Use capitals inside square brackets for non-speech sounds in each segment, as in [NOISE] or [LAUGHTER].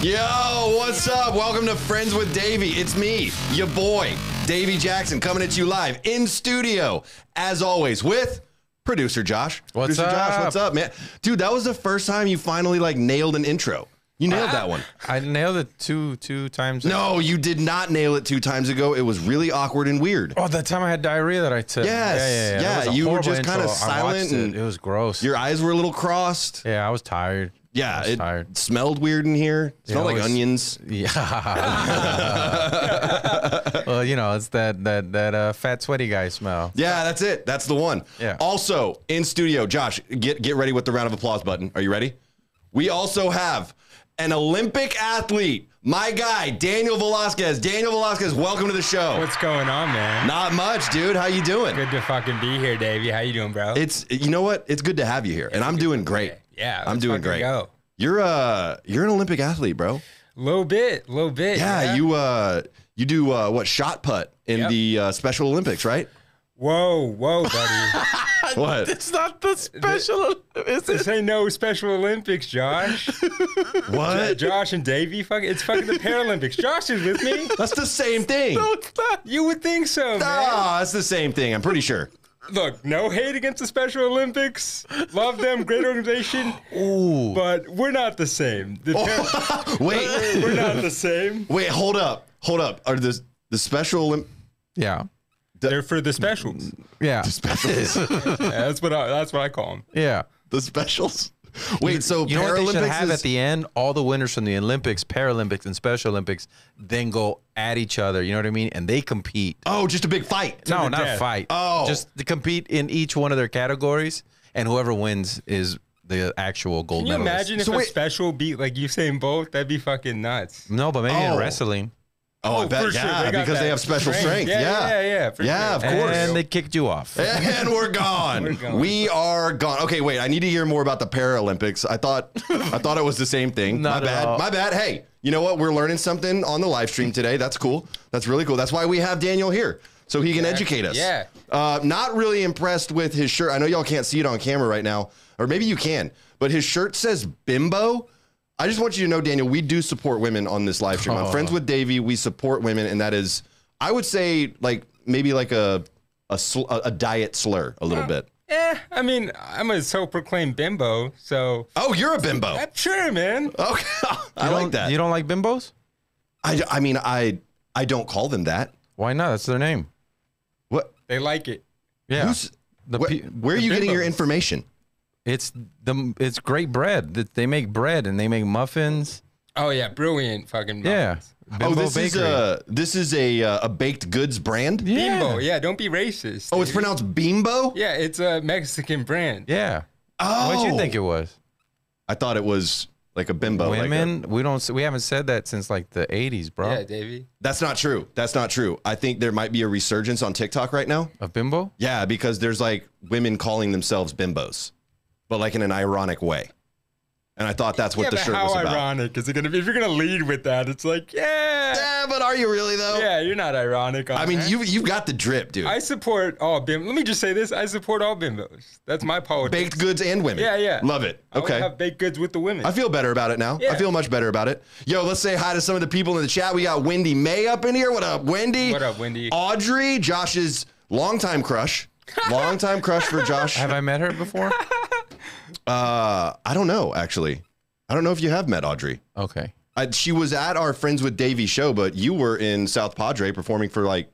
Yo, what's up? Welcome to Friends with Davey. It's me, your boy, Davey Jackson, coming at you live in studio, as always, with producer Josh. What's producer Josh, up? what's up, man? Dude, that was the first time you finally like nailed an intro. You nailed that [LAUGHS] one. I nailed it two two times. No, you did not nail it two times ago. It was really awkward and weird. Oh, that time I had diarrhea that I took. Yes, That yeah, was a you were horrible just kinda intro. I silent watched and- it. it was gross. Your eyes were a little crossed. yeah, I was tired. I Yeah, was it tired. [LAUGHS] smelled weird in here. It smelled it like was- onions. [LAUGHS] Yeah. well, you know, it's that that that uh, fat sweaty guy smell. Yeah, that's it. That's the one. Yeah. Also in studio, Josh, get get ready with the round of applause button. Are you ready? We also have an Olympic athlete, my guy, Daniel Velasquez. Daniel Velasquez, welcome to the show. What's going on, man? Not much, dude. How you doing? Good to fucking be here, Davey. How you doing, bro? It's you know what? It's good to have you here, and I'm doing great. yeah, I'm let's doing fucking great. Go. You're uh you're an Olympic athlete, bro. Low bit, low bit. Yeah, you uh you do uh what shot put in Yep. the uh, Special Olympics, [LAUGHS] right? Whoa, whoa, buddy. [LAUGHS] What? not the special. Is this ain't no Special [LAUGHS] Olympics, Josh. [LAUGHS] what? Josh and Davey, fuck, it's fucking the Paralympics. Josh is [LAUGHS] with me. That's the same thing. it's not. You would think so, man. Ah, that's the same thing. I'm pretty sure. Look, no hate against the Special Olympics. Love them, [LAUGHS] great organization. Ooh. But we're not the same. The Par- [LAUGHS] Wait, we're not the same. wait, hold up, hold up. Are the the special Olymp- Yeah. They're for [LAUGHS] the specials. Yeah. specials? [LAUGHS] Yeah, that's what I, that's what I call them. Yeah. the specials? Wait, so You know what they should Paralympics have is at the end? All the winners from the Olympics, Paralympics, and Special Olympics then go at each other. You know what I mean? And they compete. oh, just a big fight. no, the not death. fight. Oh. just to compete in each one of their categories, and whoever wins is the actual gold Can you medalist. imagine if So a wait- special beat like Usain Bolt? That'd be fucking nuts. No, but maybe Oh. in wrestling, Oh, I bet, for sure. yeah, They got because they that have special strength. strength. Yeah, Yeah, yeah, yeah, for yeah, sure. of course. and they kicked you off. And we're gone. We're gone. We are gone. Okay, wait. I need to hear more about the Paralympics. I thought, I thought it was the same thing. Not My at bad. all. My bad. Hey, you know what? We're learning something on the live stream today. That's cool. That's really cool. That's why we have Daniel here, so he can educate us. Yeah. Uh, not really impressed with his shirt. I know y'all can't see it on camera right now, or maybe you can. But his shirt says Bimbo. I just want you to know, Daniel, we do support women on this live stream. I'm Oh. friends with Davey. We support women, and that is, I would say, like maybe like a a, sl- a a diet slur a little bit. Eh, I mean, I'm a self-proclaimed bimbo, so Oh, you're a bimbo. I'm sure, man. Okay, [LAUGHS] I like You don't- that. You don't like bimbos? I, I mean, I I don't call them that. Why not? That's their name. What? They like it. Yeah, Who's- the wh- pe- where are the you getting your bimbos. information? It's the it's great bread. That They make bread and they make muffins. Oh yeah, brilliant fucking. Yeah, oh, Bimbo this is a this is a uh, a baked goods brand. yeah. Bimbo. Yeah, don't be racist. Oh, it's dude. pronounced Bimbo. Yeah, it's a Mexican brand. Yeah. Oh, What'd you think it was? I thought it was like a bimbo. like uh, a- Women? we don't. s- We haven't said that since like the '80s, bro. Yeah, Davey. that's not true. That's not true. I think there might be a resurgence on TikTok right now. Of bimbo? Yeah, because there's like women calling themselves bimbos, but like in an ironic way. And I thought that's what yeah, the but shirt how was about. ironic is it gonna be? If you're gonna lead with that, it's like, yeah, Yeah, but are you really though? yeah, you're not ironic. On I mean, that. you you've got the drip, dude. I support all bim. Let me just say this: I support all bimbos. That's my politics. Baked goods and women. Yeah, yeah. Love it. I would Okay. have baked goods with the women. I feel better about it now. I Yeah. feel much better about it. Yo, let's say hi to some of the people in the chat. We got Wendy May up in here. What up, Wendy? What up, Wendy? Audrey, Josh's longtime [LAUGHS] crush. Longtime crush for Josh. Have I met her [LAUGHS] before? Uh, I don't know, actually. I don't know if you have met Audrey. Okay. I, she was at our Friends with Davey show, but you were in South Padre performing for like,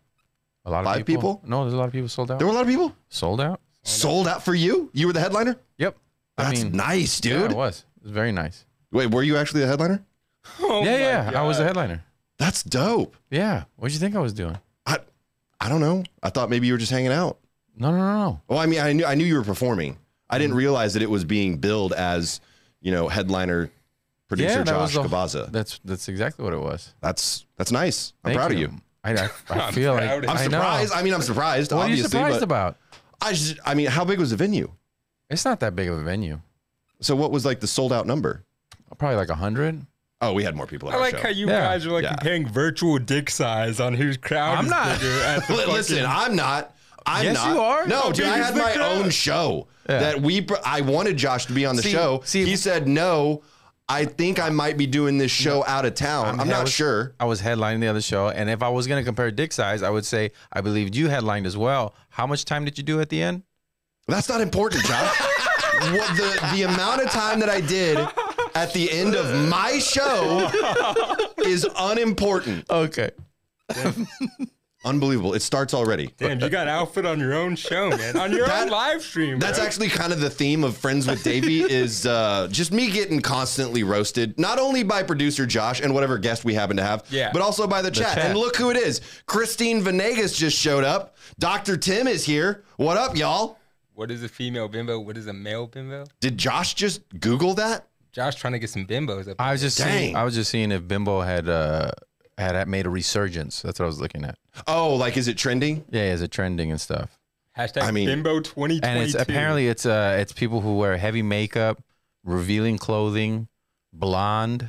A lot of Five people? No, there's a lot of people sold out. there were a lot of people sold out. sold out for you. You were the headliner. Yep. That's I mean, nice, yeah, dude. it was. It was very nice. Wait, were you actually the headliner? Oh yeah, my yeah. I was the God. headliner. That's dope. Yeah. What'd you think I was doing? I, I don't know. I thought maybe you were just hanging out. No, no, no, no. Well, I mean, I knew I knew you were performing. I Mm-hmm. didn't realize that it was being billed as, you know, headliner producer Yeah, that Josh was the- Cabaza. That's that's exactly what it was. That's that's nice. I'm Thank proud of you. I, [LAUGHS] I, I feel like proud of I'm I know. surprised. I mean, I'm surprised. What are you obviously, surprised but about? I just, I mean, how big was the venue? It's not that big of a venue. So what was like the sold out number? Probably like a hundred. Oh, we had more people. At I our like show. how you Yeah. guys are like Yeah. comparing virtual dick size on whose crowd. I'm is not. bigger [LAUGHS] at the Li- Listen, I'm not. I'm Yes, not. you are. No, How dude, big I is had the my crowd? own show that we. pr- I wanted Josh to be on the See- show. see- he said no. I think I might be doing this show out of town. I'm, I not was- sure. I was headlining the other show, and if I was gonna compare dick size, I would say I believe you headlined as well. How much time did you do at the end? That's not important, John. what the the amount of time that I did at the end of my show is unimportant. Okay. Unbelievable. It starts already. [LAUGHS] Damn, you got outfit on your own show, man. On your That- own live stream. That's bro. actually kind of the theme of Friends with Davey is uh, just me getting constantly roasted, not only by producer Josh and whatever guest we happen to have, Yeah. but also by the, chat. chat. And look who it is. Christine Venegas just showed up. Dr. Tim is here. What up, y'all? What is a female bimbo? What is a male bimbo? Did Josh just Google that? Josh trying to get some bimbos up. I was just Dang. seeing, I was just seeing if Bimbo had uh had, had made a resurgence. That's what I was looking at. Oh, like is it trending? Yeah, is it trending and stuff? Hashtag I mean- bimbo 2022. And it's apparently it's uh it's people who wear heavy makeup, revealing clothing, blonde.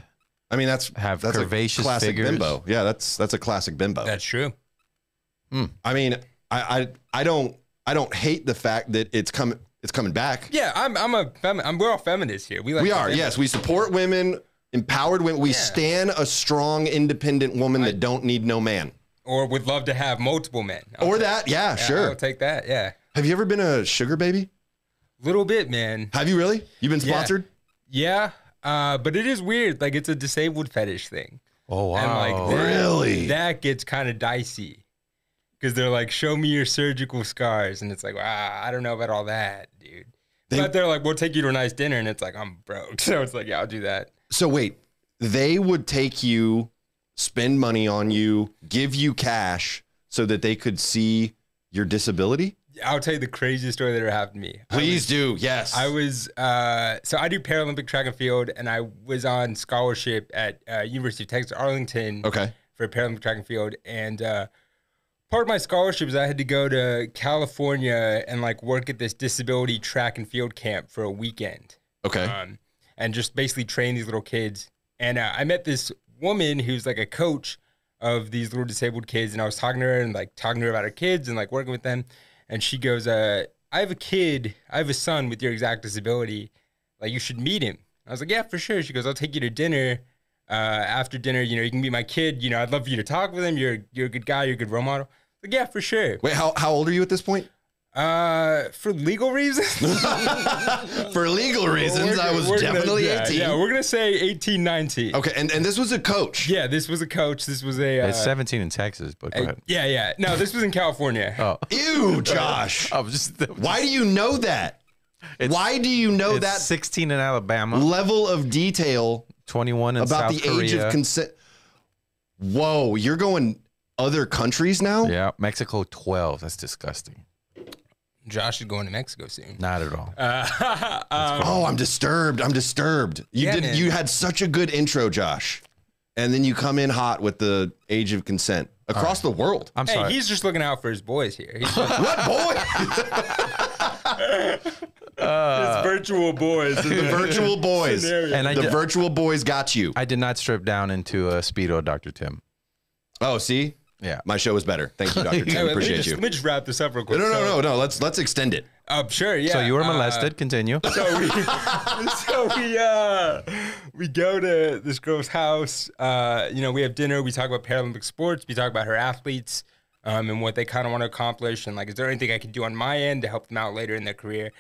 I mean, that's Have that's curvaceous a classic figures. bimbo. Yeah, that's that's a classic bimbo. That's true. I mean, I, I I don't I don't hate the fact that it's coming it's coming back. Yeah, I'm. I'm a. Femi- I'm, we're all feminists here. We like. We the are, bimbo. yes. We support women, empowered women. We stand a strong, independent woman that don't need no man. Or would love to have multiple men. I'll Or take- that, yeah, yeah, sure. I'll take that. Yeah, Have you ever been a sugar baby? little bit, man. Have you really? You've been Yeah. sponsored? Yeah, uh, but it is weird. Like it's a disabled fetish thing. Oh And wow. like that, Really? that gets kind of dicey because they're like, "Show me your surgical scars," and it's like, "Ah, I don't know about all that, dude." They- but they're like, "We'll take you to a nice dinner," and it's like, "I'm broke," [LAUGHS] so it's like, "Yeah, I'll do that." So wait, they would take you, spend money on you, give you cash so that they could see your disability? I'll tell you the craziest story that ever happened to me. I was- Please do, yes. I was uh, so I do Paralympic track and field, and I was on scholarship at uh, University of Texas Arlington okay. for Paralympic track and field, and uh, part of my scholarship is I had to go to California and like work at this disability track and field camp for a weekend, Okay. um, and just basically train these little kids. And uh, I met this woman who's like a coach of these little disabled kids, and I was talking to her and like talking to her about her kids and like working with them, and she goes, uh, "I have a kid, I have a son with your exact disability, like you should meet him." I was like, "Yeah, for sure." She goes, "I'll take you to dinner." uh, after dinner, you know, you can meet my kid. You know, I'd love for you to talk with him. You're you're a good guy. You're a good role model. Like, yeah, for sure. Wait, how, how old are you at this point? Uh, for [LAUGHS] legal reasons, For legal reasons, We're I gonna- was we're gonna- definitely yeah, 18. Yeah, we're gonna say 18, 19. okay, and, and this was a coach. Yeah, this was a coach. This was a. Uh, it's 17 in Texas, but go a- ahead. yeah, yeah. No, this was in California. Oh, [LAUGHS] Ew, Josh. Uh, I was just [LAUGHS] Why do you know that? It's- Why do you know it's that 16 in Alabama, level of detail 21 in about South the age Korea. of consent? Whoa, you're going other countries now? yeah, Mexico 12. That's disgusting. Josh is going to Mexico soon. Not at all. Uh, [LAUGHS] um, Oh, I'm disturbed. I'm disturbed. You Yeah, did man. you had such a good intro, Josh. And then you come in hot with the age of consent across the [LAUGHS] world. I'm hey, sorry. he's just looking out for his boys here. [LAUGHS] He's just, What boy? his virtual [LAUGHS] boys. the virtual boys. Scenario. and I the did, virtual boys got you. I did not strip down into a speedo, Doctor Tim. Oh, see? Yeah. My show was better. Thank you, Dr. [LAUGHS] Hey, Tim. Anyway, let me Appreciate just- you. Let me just wrap this up real No, quick. no, So- no, no. Let's let's extend it. Uh, sure, yeah. So you were uh, molested. Continue. so we [LAUGHS] so we uh we go to this girl's house uh you know we have dinner we talk about paralympic sports we talk about her athletes um and what they kind of want to accomplish and like is there anything i can do on my end to help them out later in their career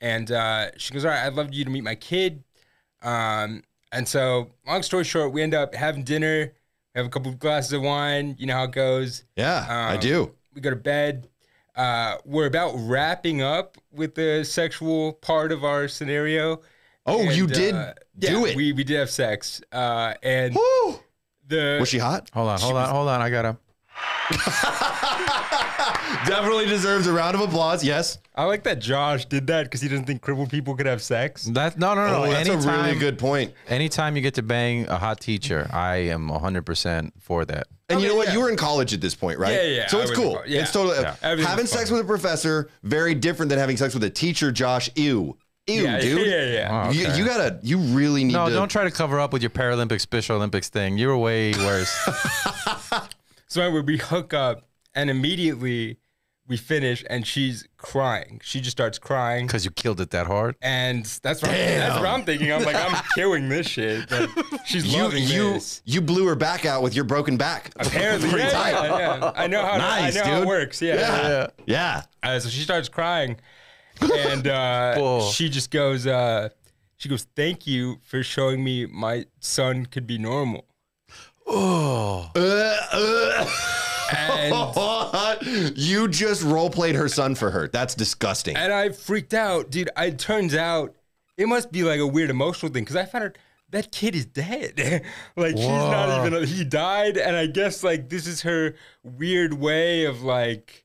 and uh she goes all right i'd love you to meet my kid um and so long story short we end up having dinner we have a couple of glasses of wine you know how it goes Yeah, I Um, do. we go to bed. Uh, we're about wrapping up with the sexual part of our scenario. Oh, And, you did uh, do yeah, it. We, we did have sex. Uh, and Woo! the Was she hot? Hold on, hold on, hold on. I gotta. Definitely deserves a round of applause. Yes. I like that Josh did that because he doesn't think crippled people could have sex. That no, no, no. Oh, that's anytime, a really good point. anytime you get to bang a hot teacher, I am 100 percent for that. And I you know mean, what? yeah. You were in college at this point, right? Yeah, yeah, So I it's was cool. in college. Yeah. It's totally uh, Yeah. Everything having was sex fun. with a professor very different than having sex with a teacher. Josh, ew, ew, yeah, [LAUGHS] dude. yeah, yeah. Oh, You, okay. you gotta. You really need no, to. don't try to cover up with your Paralympics, Special Olympics thing. You were way worse. So I would we hook up, and immediately we finish, and she's crying. She just starts crying. because you killed it that hard. And that's what, that's what I'm thinking. I'm like, [LAUGHS] I'm killing this shit. But she's You loving you this. you blew her back out with your broken back. Apparently, Pretty yeah, tight. yeah, yeah. I know how. Nice, I know how dude. it works. Yeah. [LAUGHS] Yeah. yeah. Uh, so she starts crying, and uh, [LAUGHS] Whoa. she just goes, uh, "She goes, thank you for showing me my son could be normal." [LAUGHS] And Uh, you just role played her son for her. That's disgusting. and I freaked out, dude. I- It turns out it must be like a weird emotional thing because I found out that kid is dead. [LAUGHS] like she's not even. He died, and I guess like this is her weird way of like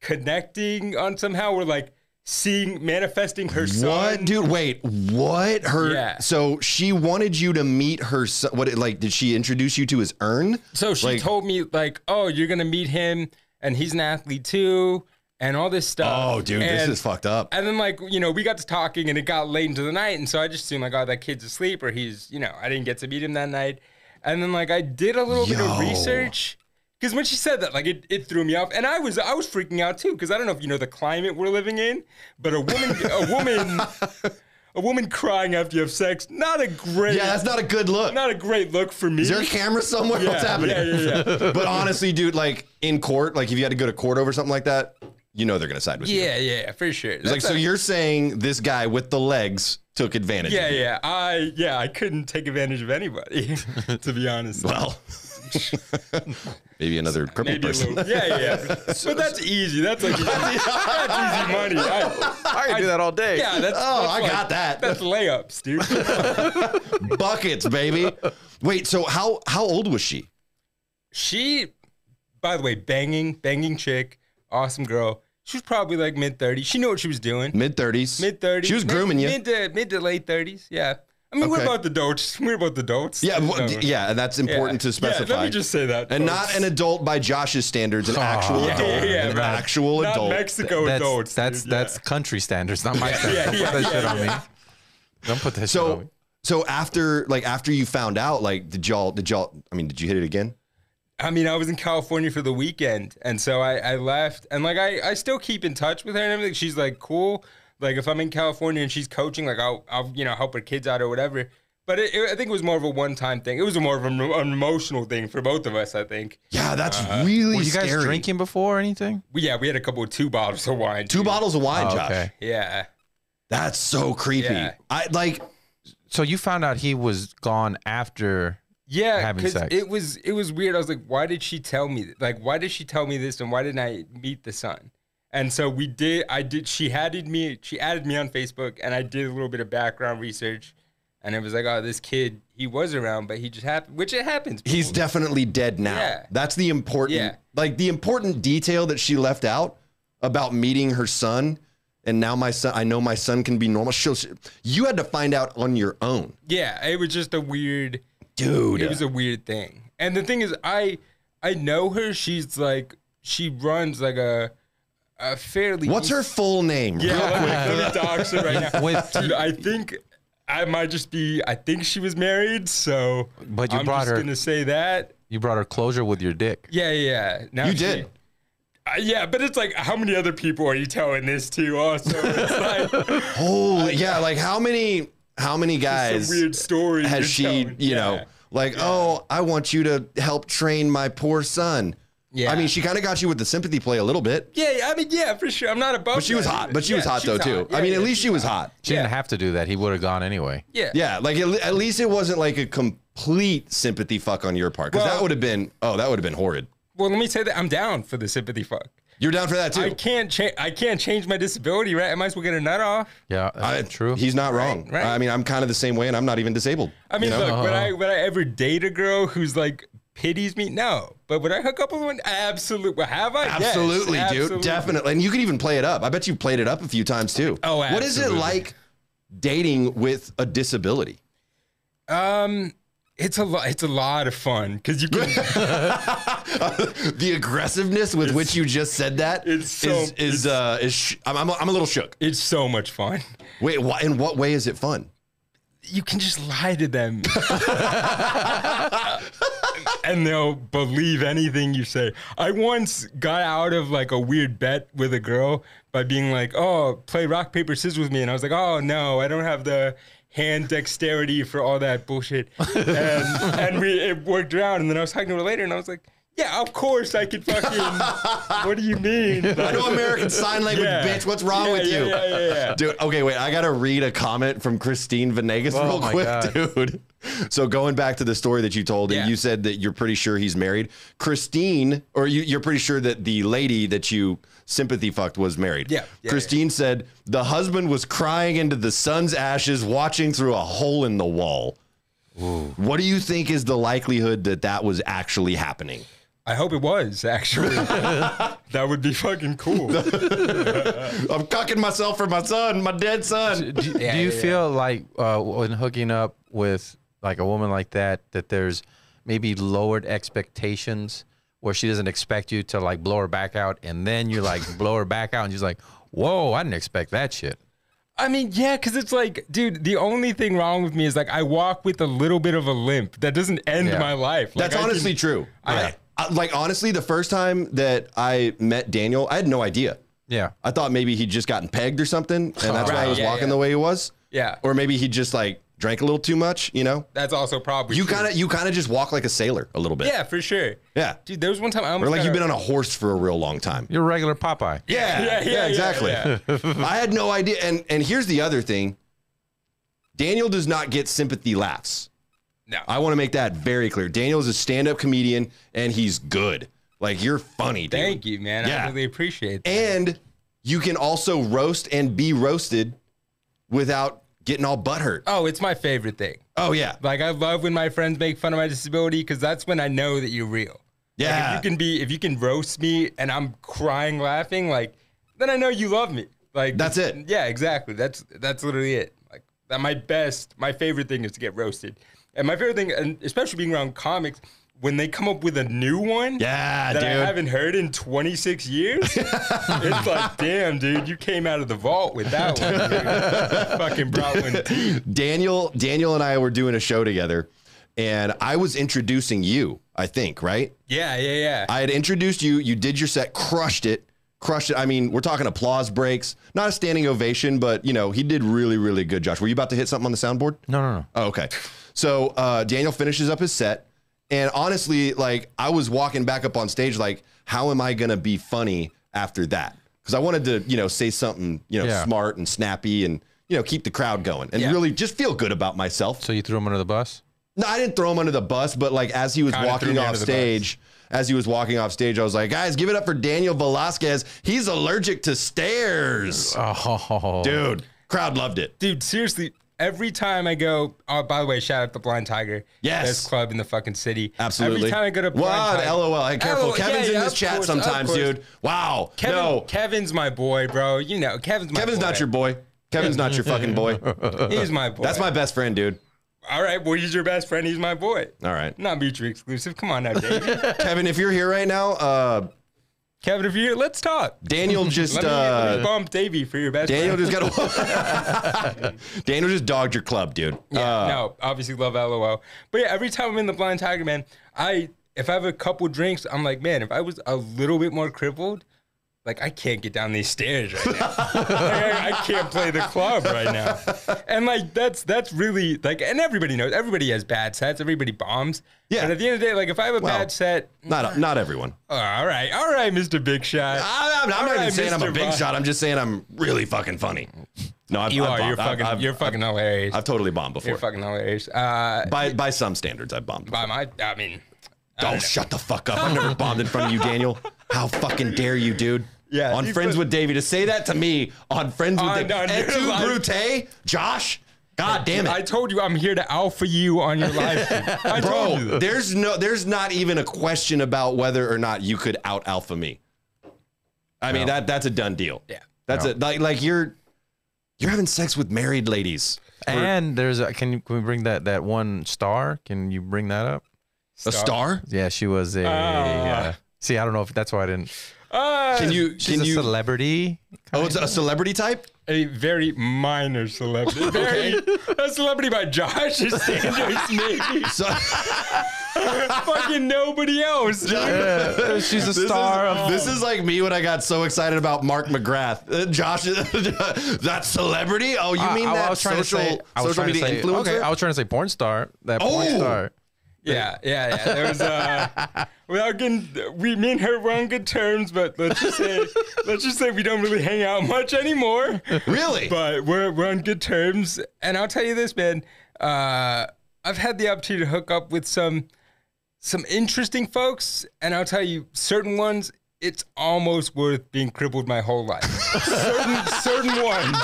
connecting on somehow. We're like seeing manifesting her son. What, dude? Wait, what? Her? Yeah. So she wanted you to meet her. Son, what? Like, did she introduce you to his urn? So she Like- told me like, "Oh, you're gonna meet him, and he's an athlete too, and all this stuff." Oh, dude, this And- is fucked up. And then like you know, we got to talking, and it got late into the night, and so I just assumed like, "Oh, that kid's asleep," or he's you know, I didn't get to meet him that night. And then like I did a little bit of Yo. research because when she said that, like it, it threw me off, and I was I was freaking out too because I don't know if you know the climate we're living in, but a woman a woman. [LAUGHS] A woman crying after you have sex, not a great, Yeah, that's not a good look. not a great look for me. Is there a camera somewhere? Yeah, What's happening? yeah, yeah, yeah. but honestly, dude, like in court, like if you had to go to court over something like that, you know they're gonna side with you. Yeah, yeah, for sure. It's like, That's [LAUGHS] so a- you're saying this guy with the legs took advantage. Yeah, Of you. yeah. I yeah, I couldn't take advantage of anybody, [LAUGHS] to be honest. Well, maybe another crippled Maybe a person. little, yeah, yeah. But that's easy. That's like [LAUGHS] easy, that's easy money. I, I could do that all day. yeah, that's [LAUGHS] Oh, that's I like- got that. That's layups, [LAUGHS] dude. Buckets, baby. Wait, so how how old was she? she, by the way, banging, banging chick, awesome girl. She was probably like mid 30s. She knew what she was doing. Mid thirties. Mid 30s. She was grooming you. Mid to, mid to late 30s. Yeah. I mean, we're Okay. about the dotes. We're about the dotes. Yeah, There's well, no- d- yeah, and that's important Yeah, to specify. let me just say that. [LAUGHS] and folks. not an adult by Josh's standards, [LAUGHS] an actual yeah, adult, yeah, yeah, an right. actual Not adult. Mexico that's adults. that's dude, that's country standards, not my standards. Don't yeah, yeah, put that shit yeah, on me. Don't put that shit on me. so, so after like after you found out, like did y'all did y'all? I mean, did you hit it again? yeah. I mean, I was in California for the weekend, and so I, I left, and like I, I still keep in touch with her and everything. She's like cool. Like if I'm in California and she's coaching, like I'll I'll you know help her kids out or whatever. But it, it- I think it was more of a one time thing. It was more of an, an emotional thing for both of us. I think. Yeah, that's Uh-huh. really Were you guys scary. drinking before or anything? We, yeah, we had a couple of two bottles of wine. two dude. bottles of wine, Oh, Josh. okay. Yeah. That's so creepy. Yeah. I like So you found out he was gone after. Yeah, having because sex. it was it was weird. I was like, why did she tell me? th- Like, why did she tell me this? And why didn't I meet the son? And so we did. I did. She added me. She added me on Facebook, and I did a little bit of background research, and it was like, oh, this kid, he was around, but he just happened, which it happens. he's people. definitely dead now. Yeah. That's the important Yeah. like the important detail that she left out about meeting her son. And now my son, I know my son can be normal. She'll, you had to find out on your own, yeah. It was just a weird. dude. It was a weird thing. And the thing is, I I know her. She's like she runs like a a fairly. What's her full name? Yeah, [LAUGHS] let me, let me dox her [LAUGHS] right now. With- Dude, I think I might just be. I think she was married, so. But you I'm brought just her. gonna say that. You brought her closure with your dick. Yeah, yeah. yeah. Now You she- did. Uh, yeah, but it's like, how many other people are you telling this to? Also, [LAUGHS] it's like some Holy, yeah. Like how many, how many guys weird story. has you're she, telling. you Yeah. know, like, oh, I want you to help train my poor son. Yeah. I mean, she kind of got you with the sympathy play a little bit, Yeah, yeah, I mean, yeah, for sure. I'm not above. but she was that. hot, but she Yeah, was hot she's though too. Yeah, I mean, yeah, at least she was hot. She Yeah. didn't have to do that. He would have gone anyway. Yeah. Yeah, like at, le- at least it wasn't like a complete sympathy fuck on your part because Well- that would have been oh that would have been horrid. Well, let me say that I'm down for the sympathy fuck. You're down for that I too. can't change. I can't change my disability, right? I might as well get a nut off. Yeah, I- that's true. He's not wrong. right. I mean, I'm kind of the same way, and I'm not even disabled. I mean, you know? look, would I would I ever date a girl who's like pities me? No, but would I hook up with one? Absolutely. Well, have I? Yes, absolutely, dude, absolutely. definitely. And you could even play it up. I bet you played it up a few times too. Oh, what is it absolutely. like dating with a disability? Um, it's a lot. It's a lot of fun because [LAUGHS] you can. the aggressiveness with which you just said that it's so- is is uh is sh- I'm, I'm I'm a little shook. it's so much fun. Wait, wh- in what way is it fun? You can just lie to them. and they'll believe anything you say. I once got out of like a weird bet with a girl by being like, "Oh, play rock paper scissors with me," and I was like, "Oh no, I don't have the hand dexterity for all that bullshit," and, and we it worked around. And then I was talking to her later, and I was like. Yeah, of course I could fucking. what do you mean? I know American Sign Language, Yeah. bitch. What's wrong Yeah, with yeah, you? yeah, yeah, yeah. Dude, okay, wait. I got to read a comment from Christine Venegas Oh real my quick, God. dude. So going back to the story that you told, Yeah. and you said that you're pretty sure he's married. Christine, or you, you're pretty sure that the lady that you sympathy fucked was married. Yeah, yeah, Christine said the husband was crying into the sun's ashes, watching through a hole in the wall. What do you think is the likelihood that that was actually happening? I hope it was actually. that would be fucking cool. I'm cucking myself for my son, my dead son. do, do Yeah, you yeah, yeah. feel like uh, when hooking up with like a woman like that that there's maybe lowered expectations where she doesn't expect you to like blow her back out and then you [LAUGHS] like blow her back out and she's like whoa i didn't expect that shit I mean, yeah, because it's like, dude, the only thing wrong with me is like I walk with a little bit of a limp. That doesn't end Yeah. my life. Like, That's I can- honestly true. I- I- I- like honestly, the first time that I met Daniel, I had no idea. yeah I thought maybe he'd just gotten pegged or something, and that's why I [LAUGHS] Right, was yeah, walking yeah. the way he was. Yeah. Or maybe he just like drank a little too much. You know, that's also probably you true. kind of you kind of just walk like a sailor a little bit. yeah, for sure. Yeah. dude, there was one time I almost Or like got you've been on a- a horse for a real long time. you're a regular popeye Yeah. [LAUGHS] Yeah, yeah, yeah, exactly. yeah. [LAUGHS] I had no idea. And and here's the other thing. Daniel does not get sympathy laughs. No. I want to make that very clear. Daniel is a stand-up comedian and he's good. Like you're funny, dude. Thank you, man. Yeah. I really appreciate that. And you can also roast and be roasted without getting all butthurt. oh, it's my favorite thing. Oh yeah. Like I love when my friends make fun of my disability because that's when I know that you're real. Like, Yeah. if you can be, if you can roast me and I'm crying laughing, like then I know you love me. Like That's it. Yeah, exactly. That's that's literally it. Like that. My best, my favorite thing is to get roasted, and my favorite thing, and especially being around comics, when they come up with a new one. Yeah, That I dude. haven't heard in 26 [LAUGHS] years. it's like, damn, dude, you came out of the vault with that [LAUGHS] one. dude. Fucking brought one deep. Daniel Daniel and I were doing a show together and I was introducing you, I think, right? Yeah, yeah, yeah. I had introduced you. You did your set, crushed it, crushed it. I mean, we're talking applause breaks, not a standing ovation, but you know, he did really, really good. Josh, were you about to hit something on the soundboard? no no no Oh, okay. So uh, Daniel finishes up his set, and honestly, like I was walking back up on stage, like, how am I gonna be funny after that? Because I wanted to, you know, say something, you know, Yeah. smart and snappy, and you know, keep the crowd going, and Yeah. really just feel good about myself. so you threw him under the bus No, I didn't throw him under the bus, but like as he was Kinda threw walking me off under the stage, as he was walking off stage, I was like, guys, give it up for Daniel Velasquez. He's allergic to Uh, stairs. oh Dude, crowd loved it. dude, seriously, every time I go, oh, by the way, shout out the Blind Tiger. Yes. Best club in the fucking city. Absolutely. Every time I go to Blind Wow, Tiger. LOL. Hey, careful. LOL, yeah, Kevin's yeah, in this of chat course, of sometimes, course. dude. Wow. Kevin, no, Kevin's my boy, bro. You know, Kevin's my Kevin's boy. not your boy. Kevin's not your fucking boy. He's my [LAUGHS] boy. That's my best friend, dude. All right, well, he's your best friend. He's my boy. All right. Not mutually exclusive. Come on now, David. [LAUGHS] Kevin, if you're here right now, uh, Kevin, if you're here, let's talk. [LAUGHS] Daniel just Let me, let me uh, bump Davey for your best Daniel friend. just got a [LAUGHS] Daniel just dogged your club, dude. Uh, Yeah, no, obviously love LOL. But yeah, every time I'm in the Blind Tiger, man, I if I have a couple drinks, I'm like, man, if I was a little bit more crippled, like I can't get down these stairs right now. [LAUGHS] Like, I, I can't play the club right now. And like that's that's really like, and everybody knows, everybody has bad sets, everybody bombs. Yeah. But at the end of the day, like if I have a Well, bad set, Not not [LAUGHS] everyone. oh, all right, all right, Mr. Big Shot. I, am All not even right, saying I'm a Mr. big Bob. shot. I'm just saying I'm really fucking funny. No, I've, you I've are. bombed. You're I've- fucking. I've, you're fucking hilarious. I've totally bombed you're before. fucking hilarious. Uh, by [LAUGHS] by some standards, I've bombed. by my, I mean, Oh, shut the fuck up! I've never bombed in front of you, Daniel. How fucking dare you, dude? Yeah, On you Friends put- with Davey to say that to me on Friends with On- Davey. on Et your tu, live- Brute? eh? Josh? God damn it. I told you I'm here to alpha you on your life. I told Bro, you. that. there's no, there's not even a question about whether or not you could out alpha me. I mean that that's a done deal. Yeah. that's No. it. Like like you're you're having sex with married ladies. and there's a, can you can we bring that that one star can you bring that up A star? yeah she was a Ah. uh, see i don't know if that's why i didn't Uh, Can you? She's Can a you? celebrity. oh, it's a celebrity type. a very minor celebrity. Very, a celebrity by Josh is Sandra Smith. So, [LAUGHS] Fucking nobody else. dude. Yeah, [LAUGHS] she's a this, star is, of this is like me when I got so excited about Mark McGrath. Uh, Josh, [LAUGHS] that celebrity? Oh, you I- mean Uh, I, that I was trying social, to say, I social was trying to media say, influencer? Okay, I was trying to say porn star. That porn Oh! star. Yeah, yeah, yeah. There was [LAUGHS] uh, without getting, we me and her were on good terms, but let's just say, let's just say we don't really hang out much anymore. really? But we're we're on good terms, and I'll tell you this, man. Uh, I've had the opportunity to hook up with some some interesting folks, and I'll tell you, certain ones, it's almost worth being crippled my whole life. certain certain ones.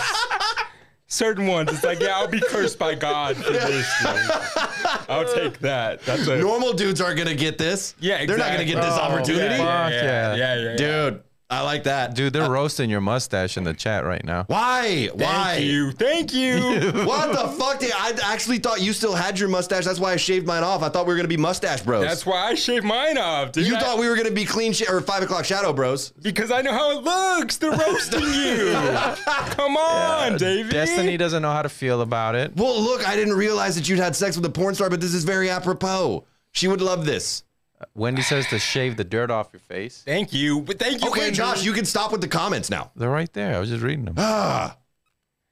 Certain ones, it's like, yeah, I'll be cursed by God for this. Like, I'll take that. That's a, Normal dudes aren't gonna get this. Yeah, they're not gonna get this exactly. Oh, opportunity, yeah. Yeah, yeah, yeah, yeah, yeah. dude. I like that, Dude, they're roasting your mustache in the chat right now. Why? Why? [LAUGHS] Thank you, [LAUGHS] thank you. What the fuck? Did, I actually thought you still had your mustache. That's why I shaved mine off. I thought we were gonna be mustache bros. That's why I shaved mine off, dude. you I- thought we were gonna be clean sh- or five o'clock shadow bros. because I know how it looks. They're roasting you. Come on, David. Uh, Destiny doesn't know how to feel about it. Well, look, I didn't realize that you'd had sex with a porn star, but this is very apropos. She would love this. Wendy says to shave the dirt off your face. Thank you. But thank you. Okay, Wendy. Josh, you can stop with the comments now. They're right there. I was just reading them. Ah,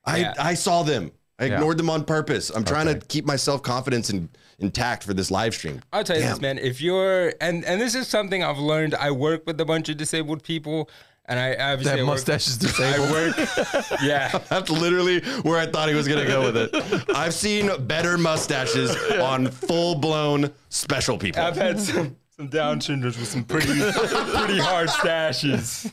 I Yeah. I saw them. I Yeah. ignored them on purpose. I'm trying to keep my self confidence in, intact for this live stream. [LAUGHS] I'll tell you this, Damn. man. If you're and and this is something I've learned. I work with a bunch of disabled people, and I obviously That I work- mustache is I disabled. work. yeah. That's literally where I thought he was going to go with [LAUGHS] it. I've seen better mustaches on full blown special people. I've had some some Down syndromes with some pretty pretty [LAUGHS] hard stashes.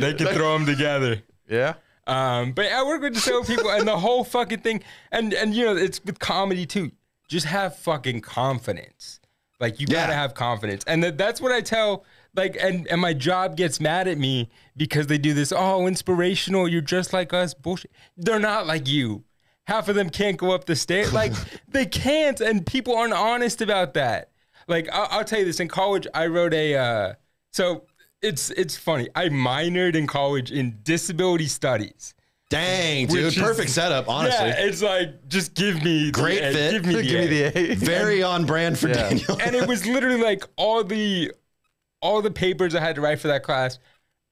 they can throw them together. Yeah. Um, but I work with disabled people, and the whole fucking thing, and and you know, it's with comedy too. Just have fucking confidence. Like you Yeah. gotta have confidence, and that that's what I tell. Like, and and my job gets mad at me because they do this. Oh, inspirational! You're just like us. Bullshit. They're not like you. Half of them can't go up the stairs. Like they can't, and people aren't honest about that. Like I'll, I'll tell you this: in college, I wrote a. Uh, so it's it's funny. I minored in college in disability studies. Dang, dude. Which is- perfect setup, honestly. Yeah, it's like just give me Great the, edge, fit. Give me the, edge. A. Very on brand for Yeah. Daniel. and it was literally like all the all the papers I had to write for that class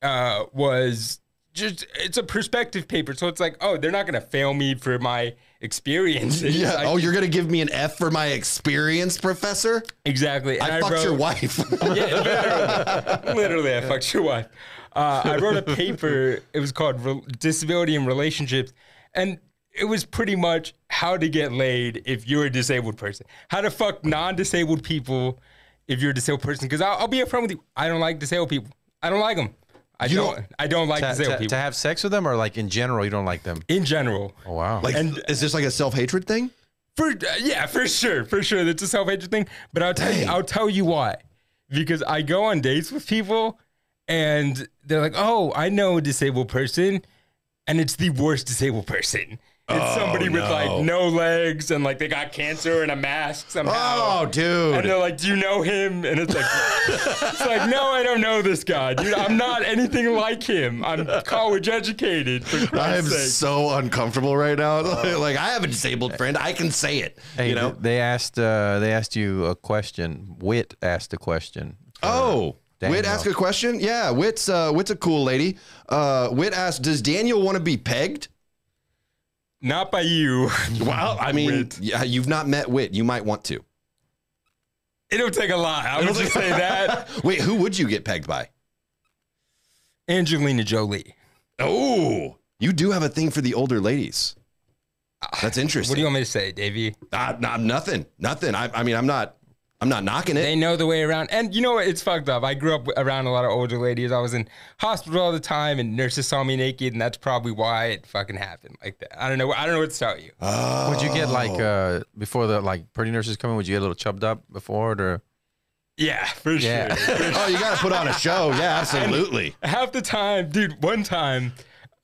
uh, was just it's a perspective paper, so it's like oh they're not gonna fail me for my experiences. [LAUGHS] Yeah. Like, oh, you're going to give me an F for my experience, professor? exactly. And I, fucked your wrote- [LAUGHS] wife. Yeah, literally, literally, I fucked your wife. Uh, I wrote a paper. It was called Re- "Disability and Relationships," and it was pretty much how to get laid if you're a disabled person. How to fuck non-disabled people if you're a disabled person. Because I'll, I'll be upfront with you. I don't like disabled people. I don't like them. I You don't, don't- I don't like To, disabled to- people to have sex with them or like in general, you don't like them? in general. Oh, wow. like, And- is this like a self hatred thing? For uh, yeah, for sure, for sure, that's a self hatred thing. But I'll tell you, I'll tell you why. Because I go on dates with people, and they're like, "Oh, I know a disabled person," and it's the worst disabled person. It's somebody with Oh, no. like no legs and like they got cancer and a mask somehow. Oh, dude. And they're like, "Do you know him?" And it's like, [LAUGHS] "It's like, no, I don't know this guy, dude. I'm not anything like him. I'm college educated. For I am Christ's sake." so uncomfortable right now. [LAUGHS] Oh. like, I have a disabled friend. I can say it. Hey, you know? th- they asked uh, they asked you a question. Wit asked a question. uh, Oh. Wit Daniel. asked a question. Yeah, Wit's uh, Wit's a cool lady. Uh, Wit asked, "Does Daniel want to be pegged?" not by you. [LAUGHS] Well, I mean, Wit. yeah, you've not met Wit. You might want to. [LAUGHS] It'll take a lot. I would just say that. Wait, who would you get pegged by? Angelina Jolie. Oh, you do have a thing for the older ladies. That's interesting. What do you want me to say, Davey? I, am nothing. Nothing. I, I mean, I'm not. I'm not knocking it. They know the way around. And you know what? It's fucked up. I grew up around a lot of older ladies. I was in hospital all the time, and nurses saw me naked, and that's probably why it fucking happened like that. I don't know. I don't know what to tell you. Oh. Would you get like uh, before the like pretty nurses coming? Would you get a little chubbed up before it or? yeah, for Yeah. sure. [LAUGHS] oh, you got to put on a show. Yeah, absolutely. Half the time, dude. One time,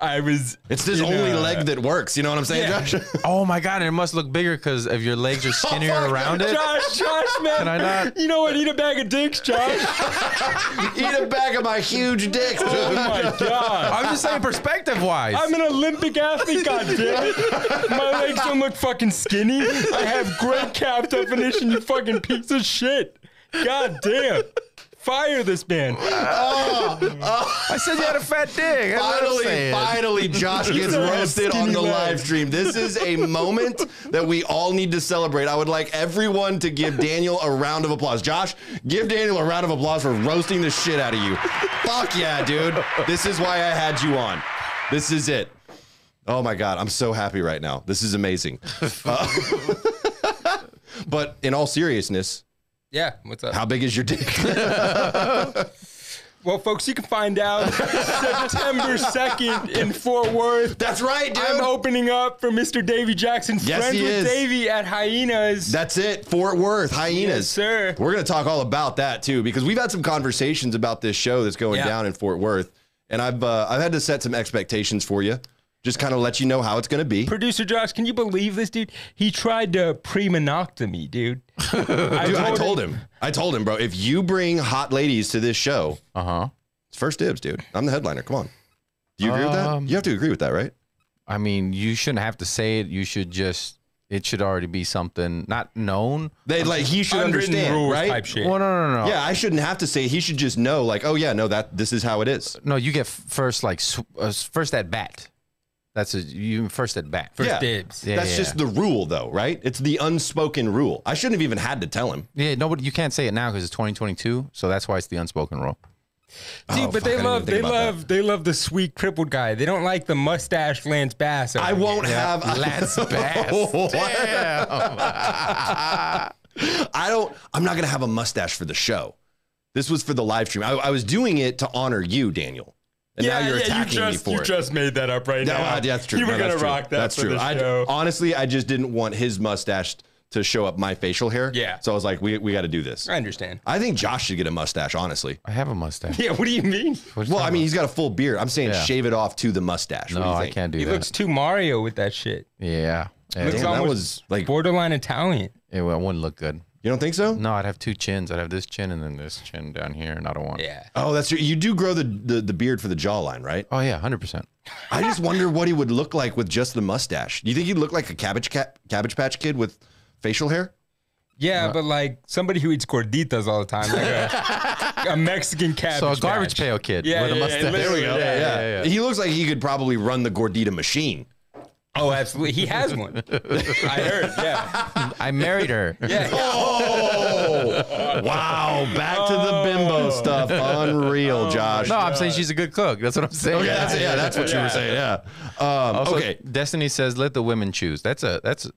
I was. uh, It's his you know, only leg that works. You know what I'm saying, Yeah. [LAUGHS] Josh? Oh my god, and it must look bigger because if your legs [LAUGHS] are skinnier fuck. around it. Josh, Josh, man. Can I not? You know what? Eat a bag of dicks, Josh. Eat a bag of my huge dick. oh my god. I'm just saying perspective wise. I'm an [LAUGHS] Olympic athlete, goddammit. My legs don't look fucking skinny. I have great calf definition, you fucking piece of shit. God damn. Fire this man. I said you had a fat dick. That's what I'm Finally, saying. finally, Josh gets a roasted on skinny the leg. live stream. This is a moment that we all need to celebrate. I would like everyone to give Daniel a round of applause. Josh, give Daniel a round of applause for roasting the shit out of you. Fuck yeah, dude. This is why I had you on. This is it. Oh my God, I'm so happy right now. This is amazing. Uh, but in all seriousness, Yeah, what's up? how big is your dick? [LAUGHS] Well, folks, you can find out September 2nd in Fort Worth. That's right, dude. I'm opening up for Mr. Davy Jackson, Yes, Friends he with is. Davy at Hyenas. That's it. Fort Worth, hyenas. Yes, sir. We're going to talk all about that too, because we've had some conversations about this show that's going Yeah. down in Fort Worth, and I've uh, I've had to set some expectations for you, just kind of let you know how it's going to be. Producer Josh, can you believe this, dude? He tried to pre-monoctomy, dude. I [LAUGHS] Dude, I told him, I told him, bro, if you bring hot ladies to this show, Uh huh. it's first dibs, dude. I'm the headliner. Come on. Do you agree with that? Um, You have to agree with that, right? I mean, you shouldn't have to say it. You should just. It should already be something not known. They like he should Unwritten understand, rules right? type shit. Well, no, no, no, no. Yeah, I shouldn't have to say. it. He should just know, like, oh yeah, no, that this is how it is. No, you get f- first like sw- uh, s- first at bat. That's a you first at bat. First First Yeah. dibs. Yeah, That's yeah, just yeah. the rule, though, right? It's the unspoken rule. I shouldn't have even had to tell him. yeah. Nobody, you can't say it now because it's 2022, so that's why it's the unspoken rule. Dude, Oh, fuck, but I they didn't love even think they about love they love the sweet crippled guy. They don't like the mustache Lance Bass. over I here. won't have [LAUGHS] Lance Bass. I don't. I'm not gonna have a mustache for the show. This was for the live stream. I, I was doing it to honor you, Daniel. And now you're attacking you me just, for you it. just made that up right no, now. I- that's true. You were No, gonna that's true. rock that That's for true. the I- show. honestly, I just didn't want his mustache to show up my facial hair. Yeah. So I was like, we we got to do this. I, understand. I think Josh should get a mustache. Honestly. [LAUGHS] I have a mustache. [LAUGHS] Yeah, what do you mean? What are you Well, I talking mean, he's got a full beard. I'm saying Yeah. shave it off to the mustache. about? what do no, you I think? can't do He that. looks too Mario with that shit. yeah, yeah. Looks Damn, it, that almost was like you Borderline Italian. it wouldn't look good. don't think so? No, I'd have two chins. I'd have this chin and then this chin down here, and I don't want. Yeah. Oh, that's true. You do grow the, the the beard for the jawline, right? Oh yeah, hundred percent. I just wonder what he would look like with just the mustache. Do you think he'd look like a cabbage cat, cabbage patch kid with facial hair? Yeah, but like somebody who eats gorditas all the time, [LAUGHS] like a, a Mexican cabbage. So a garbage patch. pail kid Yeah, with a yeah, yeah, mustache. literally, There we go. yeah, yeah, He looks like he could probably run the gordita machine. Oh, absolutely. He has one. [LAUGHS] I heard. Yeah. yeah. I married her. [LAUGHS] Yeah. Oh, [LAUGHS] wow! Back to the Oh! bimbo stuff. Unreal, Josh. No, I'm saying she's a good cook. That's what I'm saying. okay, that's, yeah, that's what you were saying. Yeah. Um, Also, okay. Destiny says, "Let the women choose." That's a that's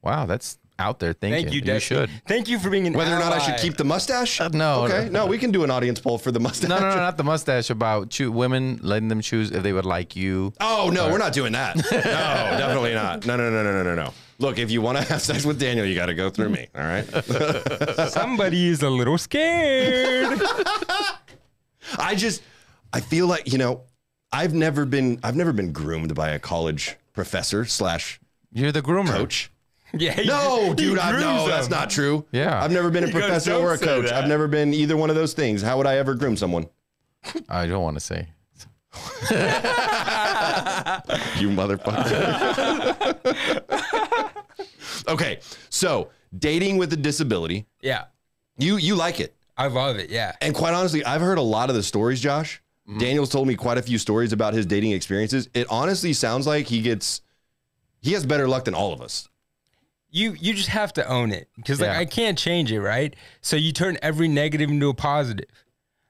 wow. That's out there thinking. Thank you, Destiny. should. Thank you for being an Whether or not I should ally. keep the mustache? Uh, no, Okay. No, no. we can do an audience poll for the mustache. No, no, no, not the mustache. About choo- women letting them choose if they would like you. Oh no, we're not doing [LAUGHS] that. No, definitely not. No, no, no, no, no, no, no. Look, if you want to have sex with Daniel, you got to go through me. All right. [LAUGHS] Somebody is a little scared. I just, I feel like you know, I've never been, I've never been groomed by a college professor slash You're the groomer. coach. [LAUGHS] yeah. he- No, he dude, I grooms no, that's them. not true. Yeah. I've never been a goes, professor "Don't or a say coach. that." I've never been either one of those things. How would I ever groom someone? I don't want to say. You motherfucker. [LAUGHS] [LAUGHS] okay, so dating with a disability, Yeah. you you like it. I love it. Yeah. And quite honestly, I've heard a lot of the stories, Josh. Mm-hmm. Daniel's told me quite a few stories about his dating experiences. It honestly sounds like he gets he has better luck than all of us. You you just have to own it because like Yeah. I can't change it, right? So you turn every negative into a positive.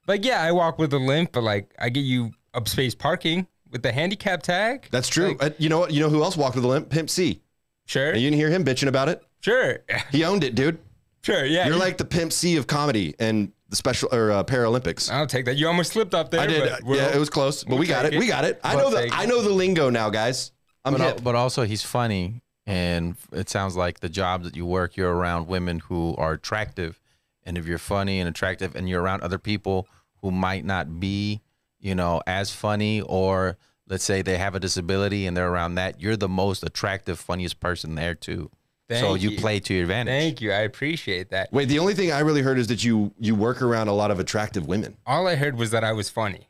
Like yeah, I walk with a limp, but like I get you up space parking with the handicap tag. That's true. Like, Uh, you know what? You know who else walked with a limp? Pimp C. sure, And you didn't hear him bitching about it. sure, [LAUGHS] He owned it, dude. sure. Yeah, You're you- like the Pimp C of comedy and the special or uh, Paralympics. I'll take that. You almost slipped up there. I did. but uh, we'll- yeah, it was close, but we got it. take it. We got it. I We'll know the take it. I know the lingo now, guys. I'm But, al- hip. but also, he's funny, and it sounds like the job that you work, you're around women who are attractive, and if you're funny and attractive, and you're around other people who might not be, you know, as funny or let's say they have a disability and they're around that, you're the most attractive, funniest person there too. so Thank you, you. play to your advantage. Thank you. I appreciate that. Wait, the only thing I really heard is that you you work around a lot of attractive women. All I heard was that I was [LAUGHS] funny.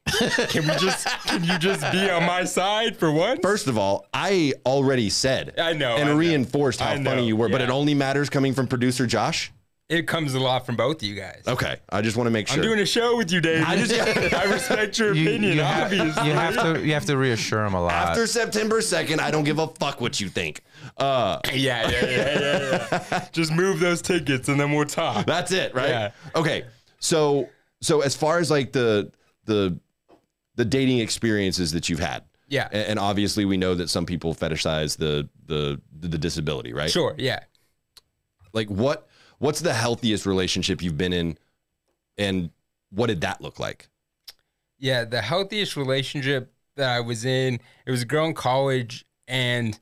can we just can you just be on my side for once? First of all, I already said I know, and I know. reinforced how I know, funny you were, but yeah. it only matters coming from producer Josh. It comes a lot from both of you guys. Okay, I just want to make sure. I'm doing a show with you, Dave. I, I just- respect [LAUGHS] your opinion, have, obviously. you have to you have to reassure them a lot. After September 2nd, I don't give a fuck what you think. Uh, yeah, yeah, yeah, yeah, yeah. [LAUGHS] Just move those tickets and then we'll talk. that's it, right? Yeah. Okay. So so as far as like the the the dating experiences that you've had. Yeah. a- And, obviously we know that some people fetishize the the the disability, right? Sure, yeah. Like what what's the healthiest relationship you've been in and what did that look like? Yeah, the healthiest relationship that I was in, it was a girl in college and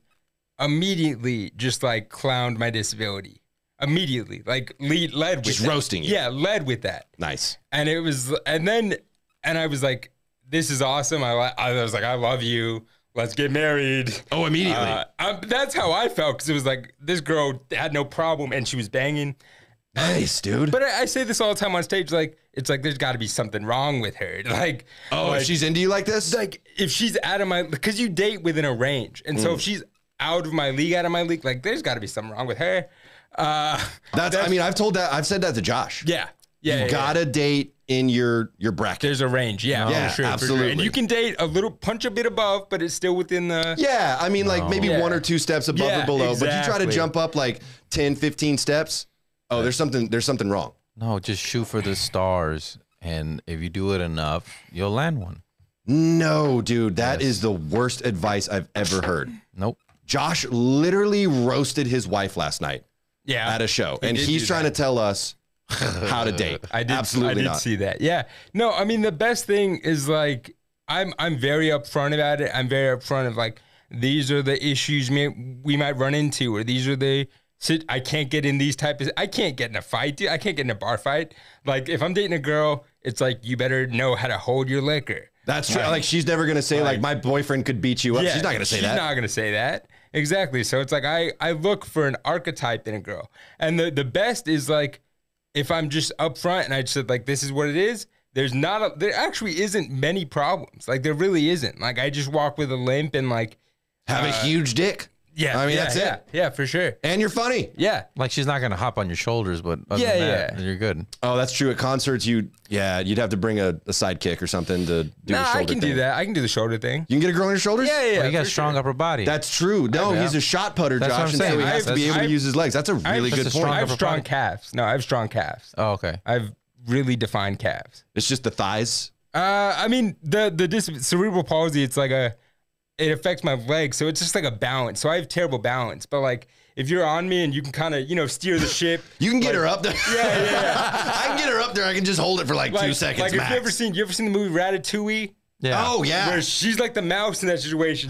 immediately just like clowned my disability. Immediately. Like lead led with Just that. roasting you. Yeah, led with that. Nice. and it was and then and i was like this is awesome i, li- I was like i love you let's get married Oh, immediately. uh, I, that's how i felt because it was like this girl had no problem and she was banging nice, dude. but i, I say this all the time on stage like it's like there's got to be something wrong with her [LAUGHS] like oh, like, she's into you like this? like if she's out of my because you date within a range and Mm. so if she's out of my league out of my league like there's got to be something wrong with her uh That's, I mean, I've told that I've said that to Josh. yeah yeah, yeah, you yeah. gotta date in your your bracket. There's a range, yeah, Yeah, for sure, for sure. And absolutely. you can date a little punch a bit above, but it's still within the. Yeah, I mean, like maybe Yeah. one or two steps above Yeah, or below, but you try to exactly. jump up like 10, 15 steps. Oh, there's something. There's something wrong. no, just shoot for the stars, and if you do it enough, you'll land one. No, dude, that is the worst advice I've ever heard. Nope. Josh literally roasted his wife last night Yeah, at a show, and did do he's trying to tell us how to date. [LAUGHS] I did absolutely I did not. see that. Yeah, no, I mean the best thing is like I'm I'm very upfront about it. I'm very upfront of like these are the issues may, we might run into, or these are the sit- I can't get in these type of I can't get in a fight, dude. I can't get in a bar fight. Like if I'm dating a girl, it's like you better know how to hold your liquor. That's true. Like she's never gonna say like my boyfriend could beat you up. she's not gonna say she's that. not gonna say that. Exactly. So it's like I I look for an archetype in a girl, and the the best is like if I'm just upfront and I just said like this is what it is. There's not a, there actually isn't many problems. Like there really isn't. Like I just walk with a limp and like Have a huge dick. yeah. I mean yeah, that's yeah, it. Yeah, for sure. And you're funny. Yeah. Like she's not gonna hop on your shoulders, but other Yeah, than that, yeah. you're good. Oh, that's true. At concerts, you yeah, you'd have to bring a, a sidekick or something to do. No, your shoulder I can thing. do that. I can do the shoulder thing. You can get a girl on your shoulders. Yeah, yeah. Well, you got for a strong sure. upper body. That's true. No, Yeah. he's a shot putter, That's what Josh, I'm and saying. so he I has have- to be able to I've- use his legs. That's a really just good a point. strong- I have upper strong body. calves. No, I have strong calves. oh, okay. I've really defined calves. It's just the thighs. Uh, I mean the the dis- cerebral palsy. It's like a it affects my legs, so it's just like a balance. So I have terrible balance. But like if you're on me and you can kind of you know steer the [LAUGHS] ship. You can get her up there. yeah, yeah, yeah. [LAUGHS] I can get her up there. I can just hold it for like, [LAUGHS] Like, two seconds Like max. you ever seen you ever seen the movie Ratatouille? Yeah. oh yeah, Where she's like the mouse in that situation.